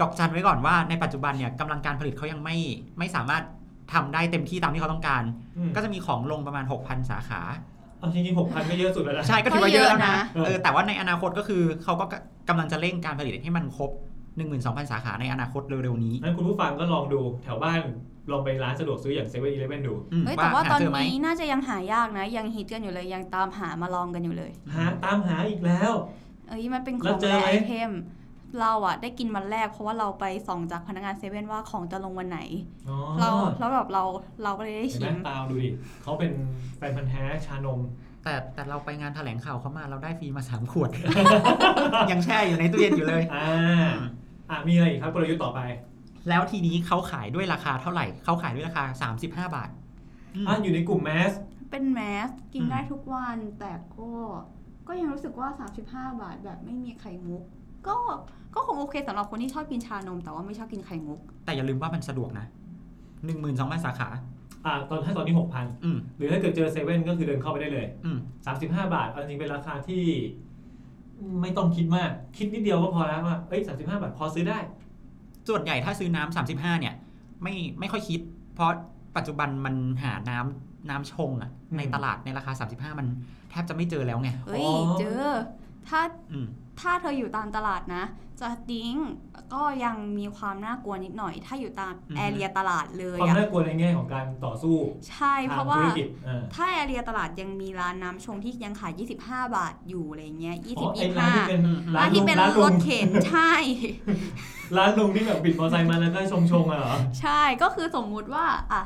[SPEAKER 2] ดอกจันไว้ก่อนว่าในปัจจุบันเนี่ยกำลังการผลิตเขายังไม่ไม่สามารถทำได้เต็มที่ตามที่เขาต้องการ
[SPEAKER 4] อืม
[SPEAKER 2] ก็จะมีของลงประมาณ 6,000 สาขา
[SPEAKER 4] เอาจริงๆหกพันก็เยอะสุดแล้วนะ
[SPEAKER 2] ใช่ก็ถือว่าเยอะแล้วนะ
[SPEAKER 4] เยอะนะ
[SPEAKER 2] เออแต่ว่าในอนาคตก็คือเขาก็กำลังจะเร่งการผลิตให้มันครบ 12,000 สาขาในอนาคตเร็วๆนี้
[SPEAKER 4] นั้นคุณผู้ฟังก็ลองดูแถวบ้านลองไปร้านสะดวกซื้ออย่างเซเว่นอีเลฟเว่นดู
[SPEAKER 2] อืม
[SPEAKER 3] เฮ้ยแต่ว่า
[SPEAKER 2] ห
[SPEAKER 3] ตอน
[SPEAKER 2] เจไหม
[SPEAKER 3] นี้น่าจะยังหายากนะ ยังฮิตกันอยู่เลยยังตามหามาลองกันอยู่เลย
[SPEAKER 4] หาตามหาอีกแล้ว
[SPEAKER 3] เอ้ยมันเป็นข
[SPEAKER 4] แล้
[SPEAKER 3] อ
[SPEAKER 4] ว
[SPEAKER 3] ง
[SPEAKER 4] เจอ
[SPEAKER 3] แร
[SPEAKER 4] ไหม
[SPEAKER 3] ไอเทม เราอะได้กินวันแรกเพราะว่าเราไปส่องจากพนักงานเซเว่นว่าของจะลงวันไหน
[SPEAKER 4] อ๋อ
[SPEAKER 3] เราแล้วแบบเราเราก็เลยได้
[SPEAKER 4] เห็นไหม
[SPEAKER 3] ชิม
[SPEAKER 4] ตาวดูดิเขาเป็นแฟนพันธ์แท้ชานม
[SPEAKER 2] แต่แต่เราไปงานแถลงข่าวเขามาเราได้ฟรีมาสามขวด ยังแช่อยู่ในตู้เย็นอยู่เลย
[SPEAKER 4] อ่า อ่ะมีอะไรอีกครับกลยุทธ์ต่อไป
[SPEAKER 2] แล้วทีนี้เขาขายด้วยราคาเท่าไหร่ เขาขายด้วยราคา 35 บาทอืม
[SPEAKER 4] อ่ะอยู่ในกลุ่มแมส
[SPEAKER 3] เป็นแมสกิน
[SPEAKER 2] อืม
[SPEAKER 3] ได้ทุกวันแต่ก็ ก็ยังรู้สึกว่า 35 บาทแบบไม่มีไข่มุก ก็ ก็ก็คงโอเคสำหรับคนที่ชอบกินชานม แต่ว่าไม่ชอบกินไข่มุก
[SPEAKER 2] แต่อย่าลืมว่ามันสะดวกนะหนึ่งหมื่นสองพันสาขา
[SPEAKER 4] อ่าตอนถ้าตอนนี้หกพัน
[SPEAKER 2] อืม
[SPEAKER 4] หรือถ้าเกิดเจอเซเว่นก็คือเดินเข้าไปได้เลย
[SPEAKER 2] อืม
[SPEAKER 4] 35 บาทเอาจริงๆเป็นราคาที่ ไม่ต้องคิดมาก คิดนิดเดียวก็พอแล้วว่าเอ้ย35 บาทพอซื้อได้
[SPEAKER 2] ส่วนใหญ่ถ้าซื้อน้ำสามสิบห้าเนี่ย ไม่ไม่ค่อยคิด เพราะปัจจุบันมันหาน้ำน้ำชงอะ
[SPEAKER 4] อืม
[SPEAKER 2] ในตลาดในราคา 35 มันแทบจะไม่เจอแล้วไง
[SPEAKER 3] เฮ้ย
[SPEAKER 4] อ๋อ
[SPEAKER 3] เจอ ถ้า
[SPEAKER 2] อืม
[SPEAKER 3] ถ้าเธออยู่ตามตลาดนะ จะดิ้งก็ยังมีความน่ากลัวนิดหน่อย ถ้าอยู่ตาม
[SPEAKER 2] อือฮึ
[SPEAKER 3] แอเรียตลาดเลย
[SPEAKER 4] ความ
[SPEAKER 3] อะ
[SPEAKER 4] น่ากลัวในแง่ของการต่อสู้
[SPEAKER 3] ใช่เพ
[SPEAKER 4] ทาง
[SPEAKER 3] ราะ
[SPEAKER 4] ธุ
[SPEAKER 3] ว่า
[SPEAKER 4] รกิจอ่า
[SPEAKER 3] ถ้าแอเรียตลาดยังมีร้านน้ำชงที่ยังขาย 25 บาทอยู่อะไรเงี้ย 20
[SPEAKER 4] อ๋อไอ้ร้านที่เป็
[SPEAKER 3] 25
[SPEAKER 4] น
[SPEAKER 3] ร้านที่เป็น
[SPEAKER 4] ร้าน
[SPEAKER 3] ร
[SPEAKER 4] ลุ
[SPEAKER 3] ถ
[SPEAKER 4] ง
[SPEAKER 3] เข็น ใช่
[SPEAKER 4] ร้านลุงที่แบบบิดมอเตอร์ไซค์มาแล้วก็ชงชงๆอะเหรอ
[SPEAKER 3] ใช่ก็คือสมมุติว่าอ่ะ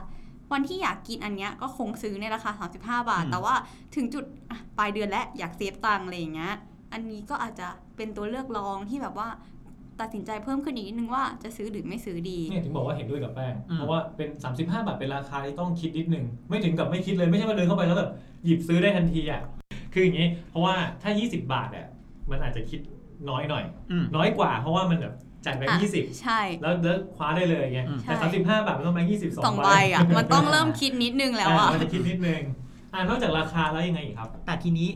[SPEAKER 3] วันที่อยากกินอันเนี้ยก็คงซื้อในราคา 35 บาท
[SPEAKER 2] อืม
[SPEAKER 3] แต่ว่าถึงจุดอ่ะปลายเดือนแล้วอยากเซฟตังค์อะไรอย่างเงี้ยอันนี้ก็อาจจะเป็นตัวเลือกรองที่แบบว่า ตัดสินใจเพิ่มขึ้นอีกนิดนึงว่าจะซื้อหรือไม่ซื้อดี
[SPEAKER 4] เนี่ยถึงบอกว่าเห็นด้วยกับแป้ง
[SPEAKER 2] อืม
[SPEAKER 4] เพราะว่าเป็น 35 บาทเป็นราคาที่ต้องคิดนิดนึง ไม่ถึงกับไม่คิดเลยไม่ใช่ว่าเดินเข้าไปแล้วแบบหยิบซื้อได้ทันทีอ่ะคืออย่างนี้ เพราะว่าถ้า 20 บาทเนี่ยมันอาจจะคิดน้อยหน่อย
[SPEAKER 2] อืม
[SPEAKER 4] น้อยกว่า เพราะว่ามันแบบจ่ายแบง
[SPEAKER 3] อ่ะ
[SPEAKER 4] ค์ยี่สิบ
[SPEAKER 3] ใช่
[SPEAKER 4] แล้วแล้วคว้าได้เลยไง
[SPEAKER 2] อืม
[SPEAKER 4] แต่
[SPEAKER 3] ใช่
[SPEAKER 4] 35 บาทมันต้องแบงค์ยี่สิบส
[SPEAKER 3] ส
[SPEAKER 4] อ
[SPEAKER 3] อง ง
[SPEAKER 4] ใบ
[SPEAKER 3] ใบ อ่ะ มันต้องเริ่มคิดนิดนึงแล้วอ่ะ
[SPEAKER 4] มันจะคิดนิดนึงอ่านอกจากราคาแล้วยังไงอีกครับ
[SPEAKER 2] แต่ทีนี้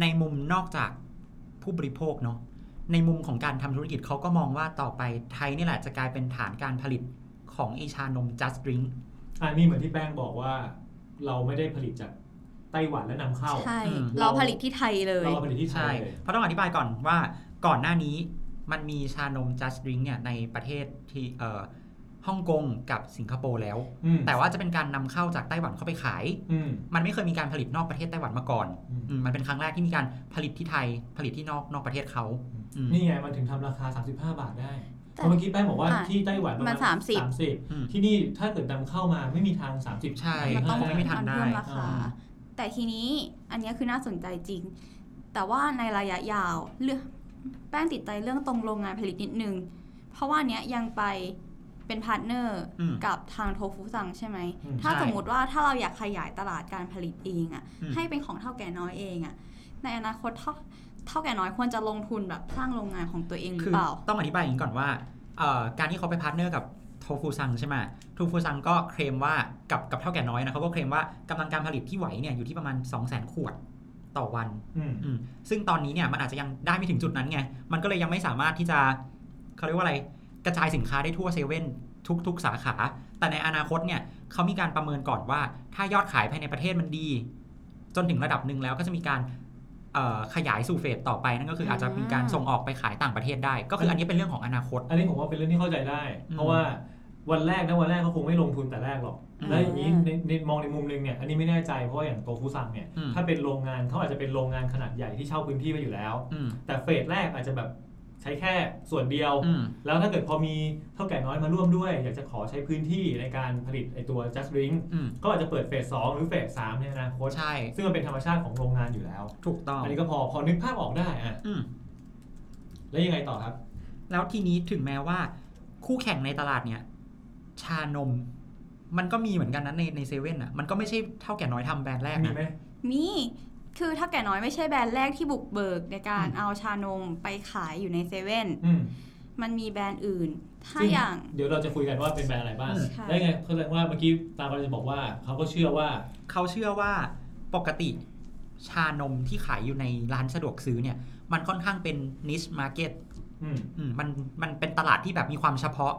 [SPEAKER 2] ในมุมนอกจากผู้บริโภคเนาะในมุมของการทำธุรกิจเขาก็มองว่าต่อไปไทยนี่แหละจะกลายเป็นฐานการผลิตของไอชานม just drink
[SPEAKER 4] อ่านี่เหมือนที่แป้งบอกว่า เราไม่ได้ผลิตจากไต้หวันและนำเข้า
[SPEAKER 3] ใช่
[SPEAKER 2] อืม
[SPEAKER 3] เราผลิตที่ไทยเลย
[SPEAKER 4] เราเอาผลิตที่ไท
[SPEAKER 2] ใช่
[SPEAKER 4] ยเลย
[SPEAKER 2] เพราะต้องอธิบายก่อนว่าก่อนหน้านี้มันมีชานม just drink เนี่ยในประเทศที่เอ่อฮ่องกงกับสิงคโปร์แล้ว
[SPEAKER 4] อืม
[SPEAKER 2] แต่ว่าจะเป็นการนำเข้าจากไต้หวันเข้าไปขาย
[SPEAKER 4] อืม
[SPEAKER 2] มันไม่เคยมีการผลิตนอกประเทศไต้หวันมาก่อน
[SPEAKER 4] อืม
[SPEAKER 2] อืมมันเป็นครั้งแรกที่มีการผลิตที่ไทยผลิตที่นอกนอกประเทศเขาอืม
[SPEAKER 4] นี่ไงมันถึงทำราคา 35 บาทได้
[SPEAKER 3] แต่
[SPEAKER 4] เพราะเมื่อกี้แป้งบอกว่า
[SPEAKER 3] อ่ะ
[SPEAKER 4] ที่ไต้หวันประ
[SPEAKER 3] มั
[SPEAKER 4] มาน ณ
[SPEAKER 3] 30
[SPEAKER 2] อืม
[SPEAKER 4] 30 ที่นี่ถ้าเกิดนำเข้ามาไม่มีทาง 30
[SPEAKER 2] ใช่
[SPEAKER 3] มันต้อง
[SPEAKER 2] คงไม่มีทางได้
[SPEAKER 3] เพิ่มราคา แต่ทีนี้อันเนี้ยคือน่าสนใจจริง แต่ว่าในระยะยาวเรื่องแป้งติดใจเรื่องตรงโรงงานผลิตนิดนึง เพราะว่าอันเนี้ยยังไปเป็นพาร์ทเนอร์
[SPEAKER 2] อืม
[SPEAKER 3] กับทางโทฟูซังใช่ไหม
[SPEAKER 4] อืม
[SPEAKER 3] ถ้า
[SPEAKER 2] ใช่
[SPEAKER 3] สมมติว่าถ้าเราอยากขยายตลาดการผลิตเองอะ่ะ
[SPEAKER 2] อืม
[SPEAKER 3] ให้เป็นของเท่าแก่น้อยเองอะ่ะในอนาคตเท่าเท่าแก่น้อยควรจะลงทุนแบบสร้างโรงงานของตัวเองหรือ
[SPEAKER 2] คือ
[SPEAKER 3] เปล่า
[SPEAKER 2] ต้องอธิบายอย่างนี้ก่อนว่าเอ่อการที่เขาไปพาร์ทเนอร์กับโทฟูซังใช่ไหมโทฟูซังก็เคลมว่ากับกับเท่าแก่น้อยนะเขาก็เคลมว่ากำลังการผลิตที่ไหวเนี่ยอยู่ที่ประมาณ 2 0 0 0 0 0 ขวดต่อวัน
[SPEAKER 4] อืม
[SPEAKER 2] อืมซึ่งตอนนี้เนี่ยมันอาจจะยังได้ไม่ถึงจุดนั้นไง มันก็เลยยังไม่สามารถที่จะเขาเรียกว่าอะไรกระจายสินค้าได้ทั่วเซเว่นทุกทุกสาขา แต่ในอนาคตเนี่ยเขามีการประเมินก่อนว่า ถ้ายอดขายภายในประเทศมันดี จนถึงระดับหนึ่งแล้วก็จะมีการเอ่อขยายสู่เฟสต่อไปนั่นก็คืออาจจะมีการ
[SPEAKER 3] อืม
[SPEAKER 2] ส่งออกไปขายต่างประเทศได้ ก็คืออันนี้เป็นเรื่องของอนาคต
[SPEAKER 4] อันนี้ผมว่าเป็นเรื่องที่เข้าใจได้
[SPEAKER 2] อืม
[SPEAKER 4] เพราะว่าวันแรกนะวันแรกเขาคงไม่ลงทุนแต่แรกหรอก
[SPEAKER 2] อืม
[SPEAKER 4] แล้วอย่างนี้ในในมองในมุมนึงเนี่ยอันนี้ไม่แน่ใจเพราะว่าอย่างโตฟูซังเนี่ย
[SPEAKER 2] อืม
[SPEAKER 4] ถ้าเป็นโรงงานเขาอาจจะเป็นโรงงานขนาดใหญ่ที่เช่าพื้นที่ไปอยู่แล้ว
[SPEAKER 2] อืม
[SPEAKER 4] แต่เฟสแรกอาจจะแบบใช้แค่ส่วนเดียว
[SPEAKER 2] อืม
[SPEAKER 4] แล้วถ้าเกิดพอมีเท่าแก่น้อยมาร่วมด้วย อยากจะขอใช้พื้นที่ในการผลิตไอตัว just drink
[SPEAKER 2] อืม
[SPEAKER 4] ก็อาจจะเปิดเฟสสองหรือเฟสสามในอนาคต
[SPEAKER 2] ใช่
[SPEAKER 4] ซึ่งมันเป็นธรรมชาติของโรงงานอยู่แล้ว
[SPEAKER 2] ถูกต้อง
[SPEAKER 4] อันนี้ก็พอพอนึกภาพออกได้อะ
[SPEAKER 2] อืม
[SPEAKER 4] แล้วยังไงต่อครับ
[SPEAKER 2] แล้วทีนี้ถึงแม้ว่า คู่แข่งในตลาดเนี่ย ชานม มันก็มีเหมือนกันนะในในเซเว่นอ่ะมันก็ไม่ใช่เท่าแก่น้อยทำแบรนด์แรก
[SPEAKER 4] มี
[SPEAKER 2] นะ
[SPEAKER 4] ไหม
[SPEAKER 3] มีคือเท่าแก่น้อยไม่ใช่แบรนด์แรกที่บุกเบิกในการ
[SPEAKER 2] อืม
[SPEAKER 3] เอาชานมไปขายอยู่ในเซเว่น
[SPEAKER 4] อืม
[SPEAKER 3] มันมีแบรนด์อื่น ถ้า
[SPEAKER 4] ซึ่
[SPEAKER 3] อย่าง
[SPEAKER 4] เดี๋ยวเราจะคุยกันว่าเป็นแบรนด์อะไรบ้าง
[SPEAKER 3] ใช่
[SPEAKER 4] ได้วยังไงเขาแสดงว่าเมื่อกี้ตามเราจะบอกว่าเขาก็เชื่อว่า
[SPEAKER 2] เขาเชื่อว่าปกติชานมที่ขายอยู่ในร้านสะดวกซื้อเนี่ย มันค่อนข้างเป็นนิชมาร์เก็ต
[SPEAKER 4] อืม
[SPEAKER 2] อืมมันมันเป็นตลาดที่แบบมีความเฉพาะ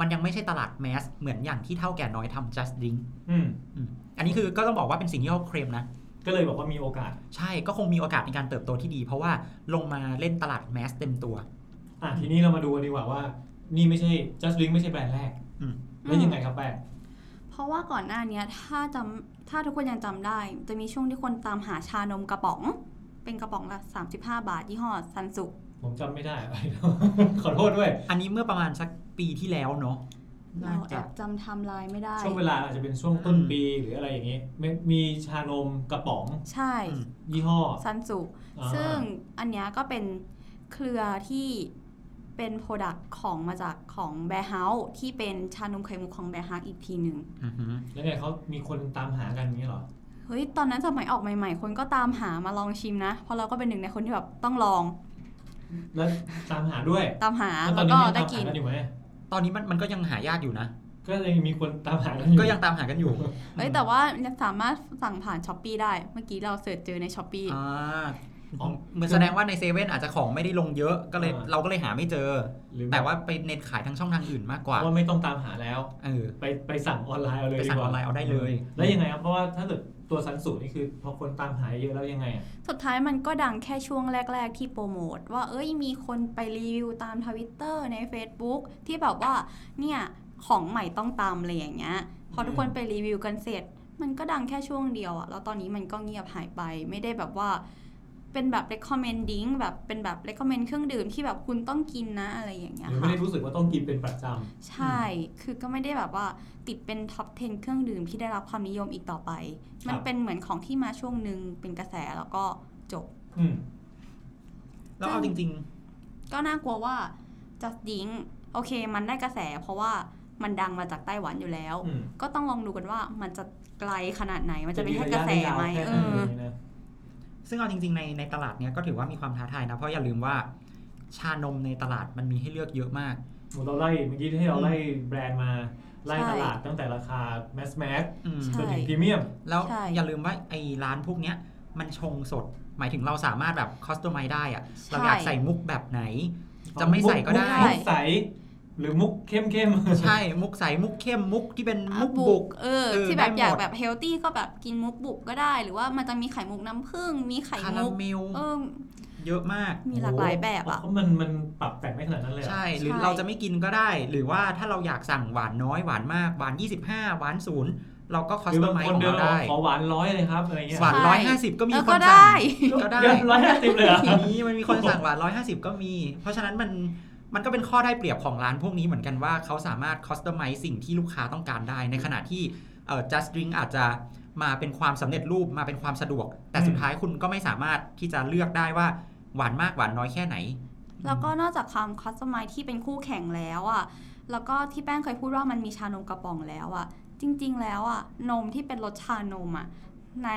[SPEAKER 2] มันยังไม่ใช่ตลาดแมส เหมือนอย่างที่เท่าแก่น้อยทำ just drink
[SPEAKER 4] อืม
[SPEAKER 2] อืมอันนี้คือก็ต้องบอกว่าเป็นสิ่งที่เขาเคลมนะ
[SPEAKER 4] ก็เลยบอกว่ามีโอกาส
[SPEAKER 2] ใช่ก็คงมีโอกาสในการเติบโตที่ดี เพราะว่าลงมาเล่นตลาดแมสเต็มตัว
[SPEAKER 4] อ่ะทีนี้เรามาดูกันดีกว่าว่า นี่ไม่ใช่ just drink ไม่ใช่แบรนด์แรก
[SPEAKER 2] อืม
[SPEAKER 4] แล้วยังไงครับแป้ง
[SPEAKER 3] เพราะว่าก่อนหน้าเนี้ยถ้าจำถ้าทุกคนยังจำได้ จะมีช่วงที่คนตามหาชานมกระป๋อง เป็นกระป๋องละ 35 บาทยี่ห้อซันสุ
[SPEAKER 4] ผมจำไม่ได้ ขอโทษด้วย
[SPEAKER 2] อันนี้เมื่อประมาณสักปีที่แล้วเนาะน่า
[SPEAKER 3] เราแอ
[SPEAKER 2] จะ
[SPEAKER 3] บจำไทำลายไม่ได้
[SPEAKER 4] ช่วงเวลาอาจจะเป็นช่วงต้นปีหรืออะไรอย่างนี้ไม่มีชานมกระป๋อง
[SPEAKER 3] ใช่
[SPEAKER 2] อืม
[SPEAKER 4] ยี่ห้อ
[SPEAKER 3] ซันสุ
[SPEAKER 4] อ่า
[SPEAKER 3] ซึ่งอันเนี้ยก็เป็นเครือที่เป็นโปรดักของมาจากของแบร์เฮาส์ที่เป็นชานมไข่มุกของแบร์เฮาส์อีกทีหนึ่ง
[SPEAKER 2] อือหือ
[SPEAKER 4] แล้วไงเขามีคนตามหากันอย่างนี้เหรอ
[SPEAKER 3] เฮ้ย ตอนนั้นสมัยออกใหม่ ๆ คนก็ตามหามาลองชิมนะ เพราะเราก็เป็นหนึ่งในคนที่แบบต้องลอง
[SPEAKER 4] แล้วตามหาด้วย
[SPEAKER 3] ตามหา
[SPEAKER 4] แล้วตอ
[SPEAKER 3] แล้
[SPEAKER 4] น
[SPEAKER 3] ว
[SPEAKER 4] นี้
[SPEAKER 3] ก็
[SPEAKER 4] ยัง
[SPEAKER 3] ได้กิ
[SPEAKER 4] ตามหาน กันอยู่ไหม
[SPEAKER 2] ตอนนี้มันมันก็ยังหายากอยู่นะ
[SPEAKER 4] ก็ยังมีคนตามหากันอยู่
[SPEAKER 2] ก็ยังตามหากันอยู่
[SPEAKER 3] เอ้ยแต่ว่ายังสามารถสั่งผ่านช้อปปีได้ เมื่อกี้เราเสิร์ชเจอในช้อปปี
[SPEAKER 2] อ่าของเหมือนแสดงว่าในเซเว่นอาจจะของไม่ได้ลงเยอะก็เลยเราก็เลยหาไม่เจอ
[SPEAKER 4] หรือ
[SPEAKER 2] แต่ว่าไปเน็ตขายทางช่องทางอื่นมากกว่า
[SPEAKER 4] ว่าไม่ต้องตามหาแล้ว
[SPEAKER 2] เออ
[SPEAKER 4] ไปไปสั่งออนไลน์เอาเลย
[SPEAKER 2] ไปสั่ง
[SPEAKER 4] ก
[SPEAKER 2] อ
[SPEAKER 4] ว่
[SPEAKER 2] อนไลน์เอาได้เลย
[SPEAKER 4] แล้วยังไงครับเพราะว่าถ้าเกิดตัวซันสูนี่คือพอคนตามหาเยอะแล้วยังไงอ่ะ
[SPEAKER 3] สุดท้ายมันก็ดังแค่ช่วงแรก ๆ ที่โปรโมทว่าเอ้ยมีคนไปรีวิวตามทวิตเตอร์ใน Facebook ที่แบบว่าเนี่ยของใหม่ต้องตามอะไรอย่างเงี้ยพอทุกคนไปรีวิวกันเสร็จ มันก็ดังแค่ช่วงเดียวอะแล้วตอนนี้มันก็เงียบหายไป ไม่ได้แบบว่า เป็นแบบ recommending แบบเป็นแบบ recommend เครื่องดื่มที่แบบคุณต้องกินนะอะไรอย่าง
[SPEAKER 4] ห
[SPEAKER 3] เงี้ย
[SPEAKER 4] รือไม่
[SPEAKER 3] ค่ะ
[SPEAKER 4] ได้รู้สึกว่าต้องกินเป็นประจ
[SPEAKER 3] ใช่ คือก็ไม่ได้แบบว่าติดเป็นท็อป 10 เครื่องดื่มที่ได้รับความนิยมอีกต่อไป มันเป็นเหมือนของที่มาช่วงหนึ่งเป็นกระแสแล้วก็จบ
[SPEAKER 4] ำอืม
[SPEAKER 2] แล้วเอาจริง
[SPEAKER 3] ก็น่ากลัวว่าจัสดิงโอเค มันได้กระแส เพราะว่ามันดังมาจากไต้หวันอยู่แล้ว
[SPEAKER 4] อืม
[SPEAKER 3] ก็ต้องลองดูกันว่ามันจะไกลขนาดไหน มันจะเป็นแค่กระแสไหม
[SPEAKER 4] จะยาวแค่
[SPEAKER 3] เอ
[SPEAKER 4] นั้น
[SPEAKER 3] อ
[SPEAKER 4] อย่างนี้นะ
[SPEAKER 2] ๆ ซึ่งเอาจริง ๆ ในในตลาดเนี้ยก็ถือว่ามีความท้าทายนะ เพราะอย่าลืมว่า ชานมในตลาดมันมีให้เลือกเยอะมาก
[SPEAKER 4] เราไล่เมื่อกี้ที่เราไล่แบรนด์มา ไล่
[SPEAKER 3] ใช่
[SPEAKER 4] ตลาดตั้งแต่ราคาแมสแมส
[SPEAKER 2] อืม
[SPEAKER 3] ใช่
[SPEAKER 4] จนถึงพรีเมียม
[SPEAKER 2] แล้ว
[SPEAKER 3] ใช่
[SPEAKER 2] อย่าลืมว่าไอ้ร้านพวกเนี้ยมันชงสด หมายถึงเราสามารถแบบคอสตอมไมได้อะเราอยากใส่มุกแบบไหน จะไม่ใส่ก็ได้
[SPEAKER 4] มุมุกใสหรือมุกเข้มเข้มๆ
[SPEAKER 2] ใช่ มุกใสมุกเข้มมุกที่เป็น
[SPEAKER 3] อ่ะ
[SPEAKER 2] มุกบุก
[SPEAKER 3] เออ
[SPEAKER 2] เออ
[SPEAKER 3] ที่แบบ
[SPEAKER 2] ได้หมด
[SPEAKER 3] อยากแบบเฮลตี้ก็แบบกินมุกบุกก็ได้ หรือว่ามันจะมีไข่มุกน้ำผึ้ง มีไข่
[SPEAKER 2] คารา
[SPEAKER 3] มุก
[SPEAKER 2] เมล
[SPEAKER 3] เออ
[SPEAKER 2] เยอะมาก
[SPEAKER 3] มีหลากหลายแบบอ่ะ
[SPEAKER 4] เพราะมันมันปรับแต่งไม่ขนาดนั้นเลยเหรอ
[SPEAKER 2] ใช่ หรือ
[SPEAKER 3] ใช่
[SPEAKER 2] เราจะไม่กินก็ได้ หรือว่าถ้าเราอยากสั่งหวานน้อยหวานมาก หวาน 25 หวานศูนย์เราก็คอ
[SPEAKER 4] ห
[SPEAKER 2] ส
[SPEAKER 4] รื
[SPEAKER 2] ตอม
[SPEAKER 4] อบาง
[SPEAKER 2] ไม
[SPEAKER 4] คน
[SPEAKER 2] ของ
[SPEAKER 4] เดิน
[SPEAKER 2] เรา
[SPEAKER 4] มา
[SPEAKER 2] ได้
[SPEAKER 4] ขอหวานร้อยเลยครับอะไรเงี้ย
[SPEAKER 2] หวาน
[SPEAKER 3] ใช่
[SPEAKER 2] ร้อยห้าสิบก็มี
[SPEAKER 3] เออ
[SPEAKER 2] ค
[SPEAKER 3] ก็
[SPEAKER 2] นสั่
[SPEAKER 3] ได้
[SPEAKER 2] ง ก็ได้
[SPEAKER 4] ร้อยห้าสิบ150เลยเหรอ
[SPEAKER 2] ทีนี้มันมีคนสั่ งหวานร้อยห้าสิบก็มี เพราะฉะนั้นมันมันก็เป็นข้อได้เปรียบของร้านพวกนี้เหมือนกันว่าเขาสามารถคอสตอมไมสิ่งที่ลูกค้าต้องการได้ ในขณะที่เอ่อ just drink อาจจะมาเป็นความสำเร็จรูปมาเป็นความสะดวก แต่
[SPEAKER 4] อืม
[SPEAKER 2] สุดท้ายคุณก็ไม่สามารถที่จะเลือกได้ว่าหวานมากหวานน้อยแค่ไหน
[SPEAKER 3] แล้วก็นอกจากความคัสตอมไมซ์ที่เป็นคู่แข่งแล้วอะ่ะ แล้วก็ที่แป้งเคยพูดว่ามันมีชานมกระป๋องแล้วอะ่ะ จริง ๆ แล้วอะ่ะ นมที่เป็นรสชานมอะ่ะ ใน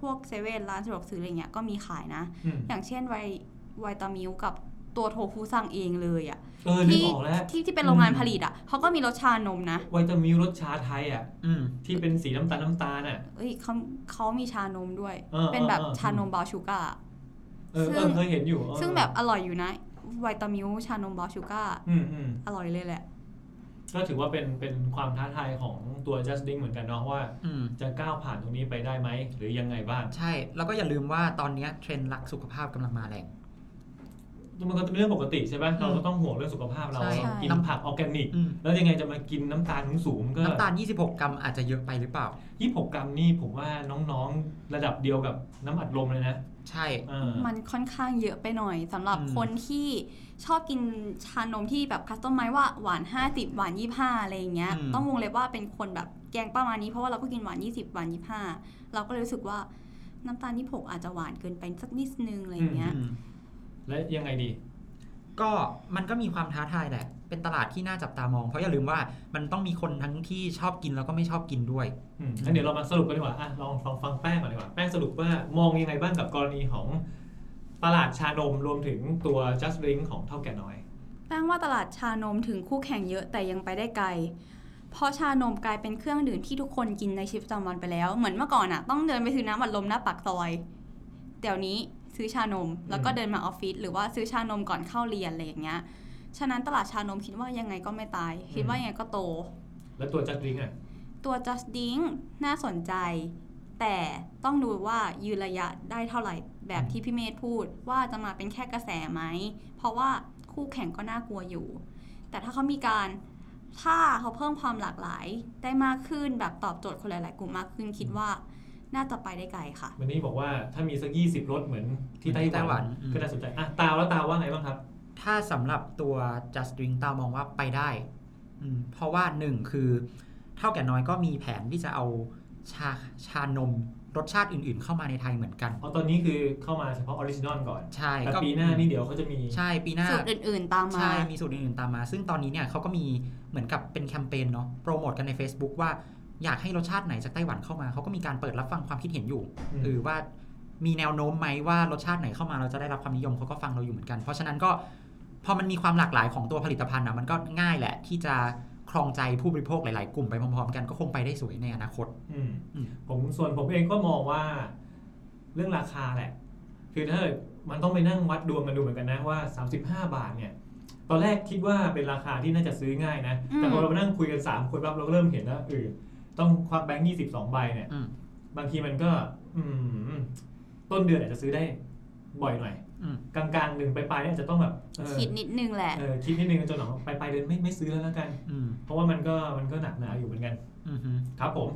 [SPEAKER 3] พวกเซเว่นร้านสะดวกซื้ออะไรเงี้ยก็มีขายนะ
[SPEAKER 4] อืม
[SPEAKER 3] อย่างเช่นไวไวตามิลกับตัวโทฟูสั่งเองเลยอะ่ะ
[SPEAKER 4] เออนึกออกแล้ว
[SPEAKER 3] ที่ที่เป็นโรงงานผลิตอะ่ะเขาก็มีรสชานมนะ
[SPEAKER 4] ไวตามิลรสชาไทยอ่ะ
[SPEAKER 2] อืม
[SPEAKER 4] ที่เป็นสีน้ำตาลน้ำตาลอ่ะ
[SPEAKER 3] เอ้ยเขาเขามีชานมด้วย
[SPEAKER 4] เออ
[SPEAKER 3] เป็นแบบ
[SPEAKER 4] เออเออ
[SPEAKER 3] ชานมบาวชูการ์อะ
[SPEAKER 4] เออ
[SPEAKER 3] ซึ่ง
[SPEAKER 4] เออเคยเห็นอยู่เออ
[SPEAKER 3] ซึ่งแบบอร่อยอยู่นะไวตามิลชานมบาวชูการ์
[SPEAKER 4] อืมอืม
[SPEAKER 3] อร่อยเลยแหละ
[SPEAKER 4] ก็ถือว่าเป็นเป็นความท้าทายของตัว just drink เหมือนกันเนาะว่า
[SPEAKER 2] อืม
[SPEAKER 4] จะก้าวผ่านตรงนี้ไปได้ไหม หรือยังไงบ้าง
[SPEAKER 2] ใช่ แล้วก็อย่าลืมว่าตอนเนี้ยเทรนด์รักสุขภาพกำลังมาแรง
[SPEAKER 4] มันก็เป็นเรื่องปกติใช่ไหมเราก็ต้องห่วงเรื่องสุขภาพเรา
[SPEAKER 2] ใช่
[SPEAKER 4] เรากินผักออร์แกนิก
[SPEAKER 2] อืม
[SPEAKER 4] แล้วยังไงจะมากินน้ำตาลสูงๆก็
[SPEAKER 2] น้ำตาล 26 กรัมอาจจะเยอะไปหรือเปล่า
[SPEAKER 4] ยี่หกกรัมนี่ผมว่าน้องๆ ระดับเดียวกับน้ำอัดลมเลยนะ
[SPEAKER 2] ใช่
[SPEAKER 4] เออ
[SPEAKER 3] มันค่อนข้างเยอะไปหน่อยสำหรับ
[SPEAKER 2] อืม
[SPEAKER 3] คนที่ชอบกินชานมที่แบบคัสตอมไมว่าหวาน 50 หวาน 25 อะไรอย่างเงี้ย ต้องวงเล็บว่าเป็นคนแบบแกงประมาณนี้เพราะว่าเราก็กินหวาน 20 หวาน 25 เราก็เลยรู้สึกว่าน้ำตาล26อาจจะหวานเกินไปสักนิดนึงอะไรอย่างเงี้ย
[SPEAKER 2] อืม
[SPEAKER 4] และยังไงดี
[SPEAKER 2] ก็มันก็มีความท้าทายแหละ เป็นตลาดที่น่าจับตามอง เพราะอย่าลืมว่ามันต้องมีคนทั้งที่ชอบกินแล้วก็ไม่ชอบกินด้วย
[SPEAKER 4] อืมงั้นเดี๋ยวเรามาสรุปกันดีกว่าอ่ะลองฟังฟังแป้งก่อนดีกว่า แป้งสรุปว่ามองยังไงบ้างกับกรณีของตลาดชานมรวมถึงตัว just drink ของเท่าแก่น้อย
[SPEAKER 3] แป้งว่าตลาดชานมถึงคู่แข่งเยอะแต่ยังไปได้ไกล เพราะชานมกลายเป็นเครื่องดื่มที่ทุกคนกินในชีวิตประจำวันไปแล้ว เหมือนเมื่อก่อนอะต้องเดินไปซื้อน้ำอัดลมหน้าปากซอย เดี๋ยวนี้ซื้อชานมแล้วก็เดินมาออฟฟิศหรือว่าซื้อชานมก่อนเข้าเรียนอะไรอย่างเงี้ย ฉะนั้นตลาดชานมคิดว่ายังไงก็ไม่ตาย คิดว่ายังไงก็โต
[SPEAKER 4] และตัว just drink อ่ะ
[SPEAKER 3] ตัว just drink น่าสนใจ แต่ต้องดูว่ายืนระยะได้เท่าไหร่แบบที่พี่เมธพูดว่าจะมาเป็นแค่กระแสไหม เพราะว่าคู่แข่งก็น่ากลัวอยู่ แต่ถ้าเขามีการถ้าเขาเพิ่มความหลากหลายได้มากขึ้นแบบตอบโจทย์คนหลาย ๆ กลุ่มมากขึ้นคิดว่าน่าจะไปได้ไกลค่ะ
[SPEAKER 4] วันนี้บอกว่าถ้ามีสักยี่สิบรสเหมือนที่ไต้
[SPEAKER 2] ไต้
[SPEAKER 4] ห
[SPEAKER 2] หวั
[SPEAKER 4] วัน
[SPEAKER 2] นอืม
[SPEAKER 4] ก็น่าสนใจอ่ะตาแล้วตาว่าไงบ้างครับ
[SPEAKER 2] ถ้าสำหรับตัว just drink ตามองว่าไปได้อืมเพราะว่าหนึ่งคือ เท่าแก่น้อยก็มีแผนที่จะเอาชาชานมรสชาติอื่น ๆ เข้ามาในไทยเหมือนกัน
[SPEAKER 4] เพราะตอนนี้คือเข้ามาเฉพาะออริจินอลก่อน
[SPEAKER 2] ใช่
[SPEAKER 4] แต่
[SPEAKER 2] ก็
[SPEAKER 4] ปีหน้านี่เดี๋ยวเขาจะมี
[SPEAKER 2] ใช่ปีหน้า
[SPEAKER 3] สูตรอื่น ๆ ตามมา
[SPEAKER 2] ใช่ มีสูตรอื่นๆตามมา ซึ่งตอนนี้เนี่ยเขาก็มีเหมือนกับเป็นแคมเปญเนาะ โปรโมทกันใน Facebook ว่าอยากให้รสชาติไหนจากไต้หวันเข้ามา เขาก็มีการเปิดรับฟังความคิดเห็นอยู่
[SPEAKER 4] อืม
[SPEAKER 2] หรือว่า มีแนวโน้มไหมว่ารสชาติไหนเข้ามาเราจะได้รับความนิยมเขาก็ฟังเราอยู่เหมือนกัน เพราะฉะนั้นก็พอมันมีความหลากหลายของตัวผลิตภัณฑ์นะมันก็ง่ายแหละ ที่จะครองใจผู้บริโภคหลาย ๆ กลุ่มไปพร้อม ๆ กันก็คงไปได้สวยในอนาคต
[SPEAKER 4] อืม
[SPEAKER 2] อืม
[SPEAKER 4] ผมส่วนผมเองก็มองว่า เรื่องราคาแหละ คือถ้าเกิดมันต้องไปนั่งวัดดวงกันดูเหมือนกันนะว่า 35 บาทเนี่ย ตอนแรกคิดว่าเป็นราคาที่น่าจะซื้อง่ายนะ
[SPEAKER 3] อืม
[SPEAKER 4] แต่พอเรามานั่งคุยกัน 3 คนปั๊บเราก็เริ่มเห็นแล้วเออต้องควักแบงค์22 ใบเนี่ย
[SPEAKER 2] อืม
[SPEAKER 4] บางทีมันก็ อืม ต้นเดือนอาจจะซื้อได้บ่อยหน่อย
[SPEAKER 2] อืม
[SPEAKER 4] กลางๆหนึ่งปลายๆเนี่ยอาจจะต้องแบบเออ
[SPEAKER 3] คิดนิดนึงแหละ
[SPEAKER 4] เออคิดนิดนึงจนหลังปลายๆเดือนไม่ไม่ซื้อแล้วแล้วกัน
[SPEAKER 2] อืม
[SPEAKER 4] เพราะว่ามันก็มันก็หนักหนาอยู่เหมือนกัน
[SPEAKER 2] อือฮึ
[SPEAKER 4] ครับผม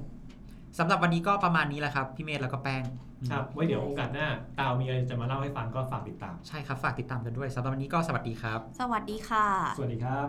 [SPEAKER 2] สำหรับวันนี้ก็ประมาณนี้แหละครับพี่เมธแล้วก็แป้งอืม
[SPEAKER 4] ครับ ไว้เดี๋ยวโอกาสหน้าตาวมีอะไรจะมาเล่าให้ฟังก็ฝากติดตาม
[SPEAKER 2] ใช่ครับฝากติดตามกันด้วยสำหรับวันนี้ก็สวัสดีครับ
[SPEAKER 3] สวัสดีค่ะ
[SPEAKER 4] สวัสดีครับ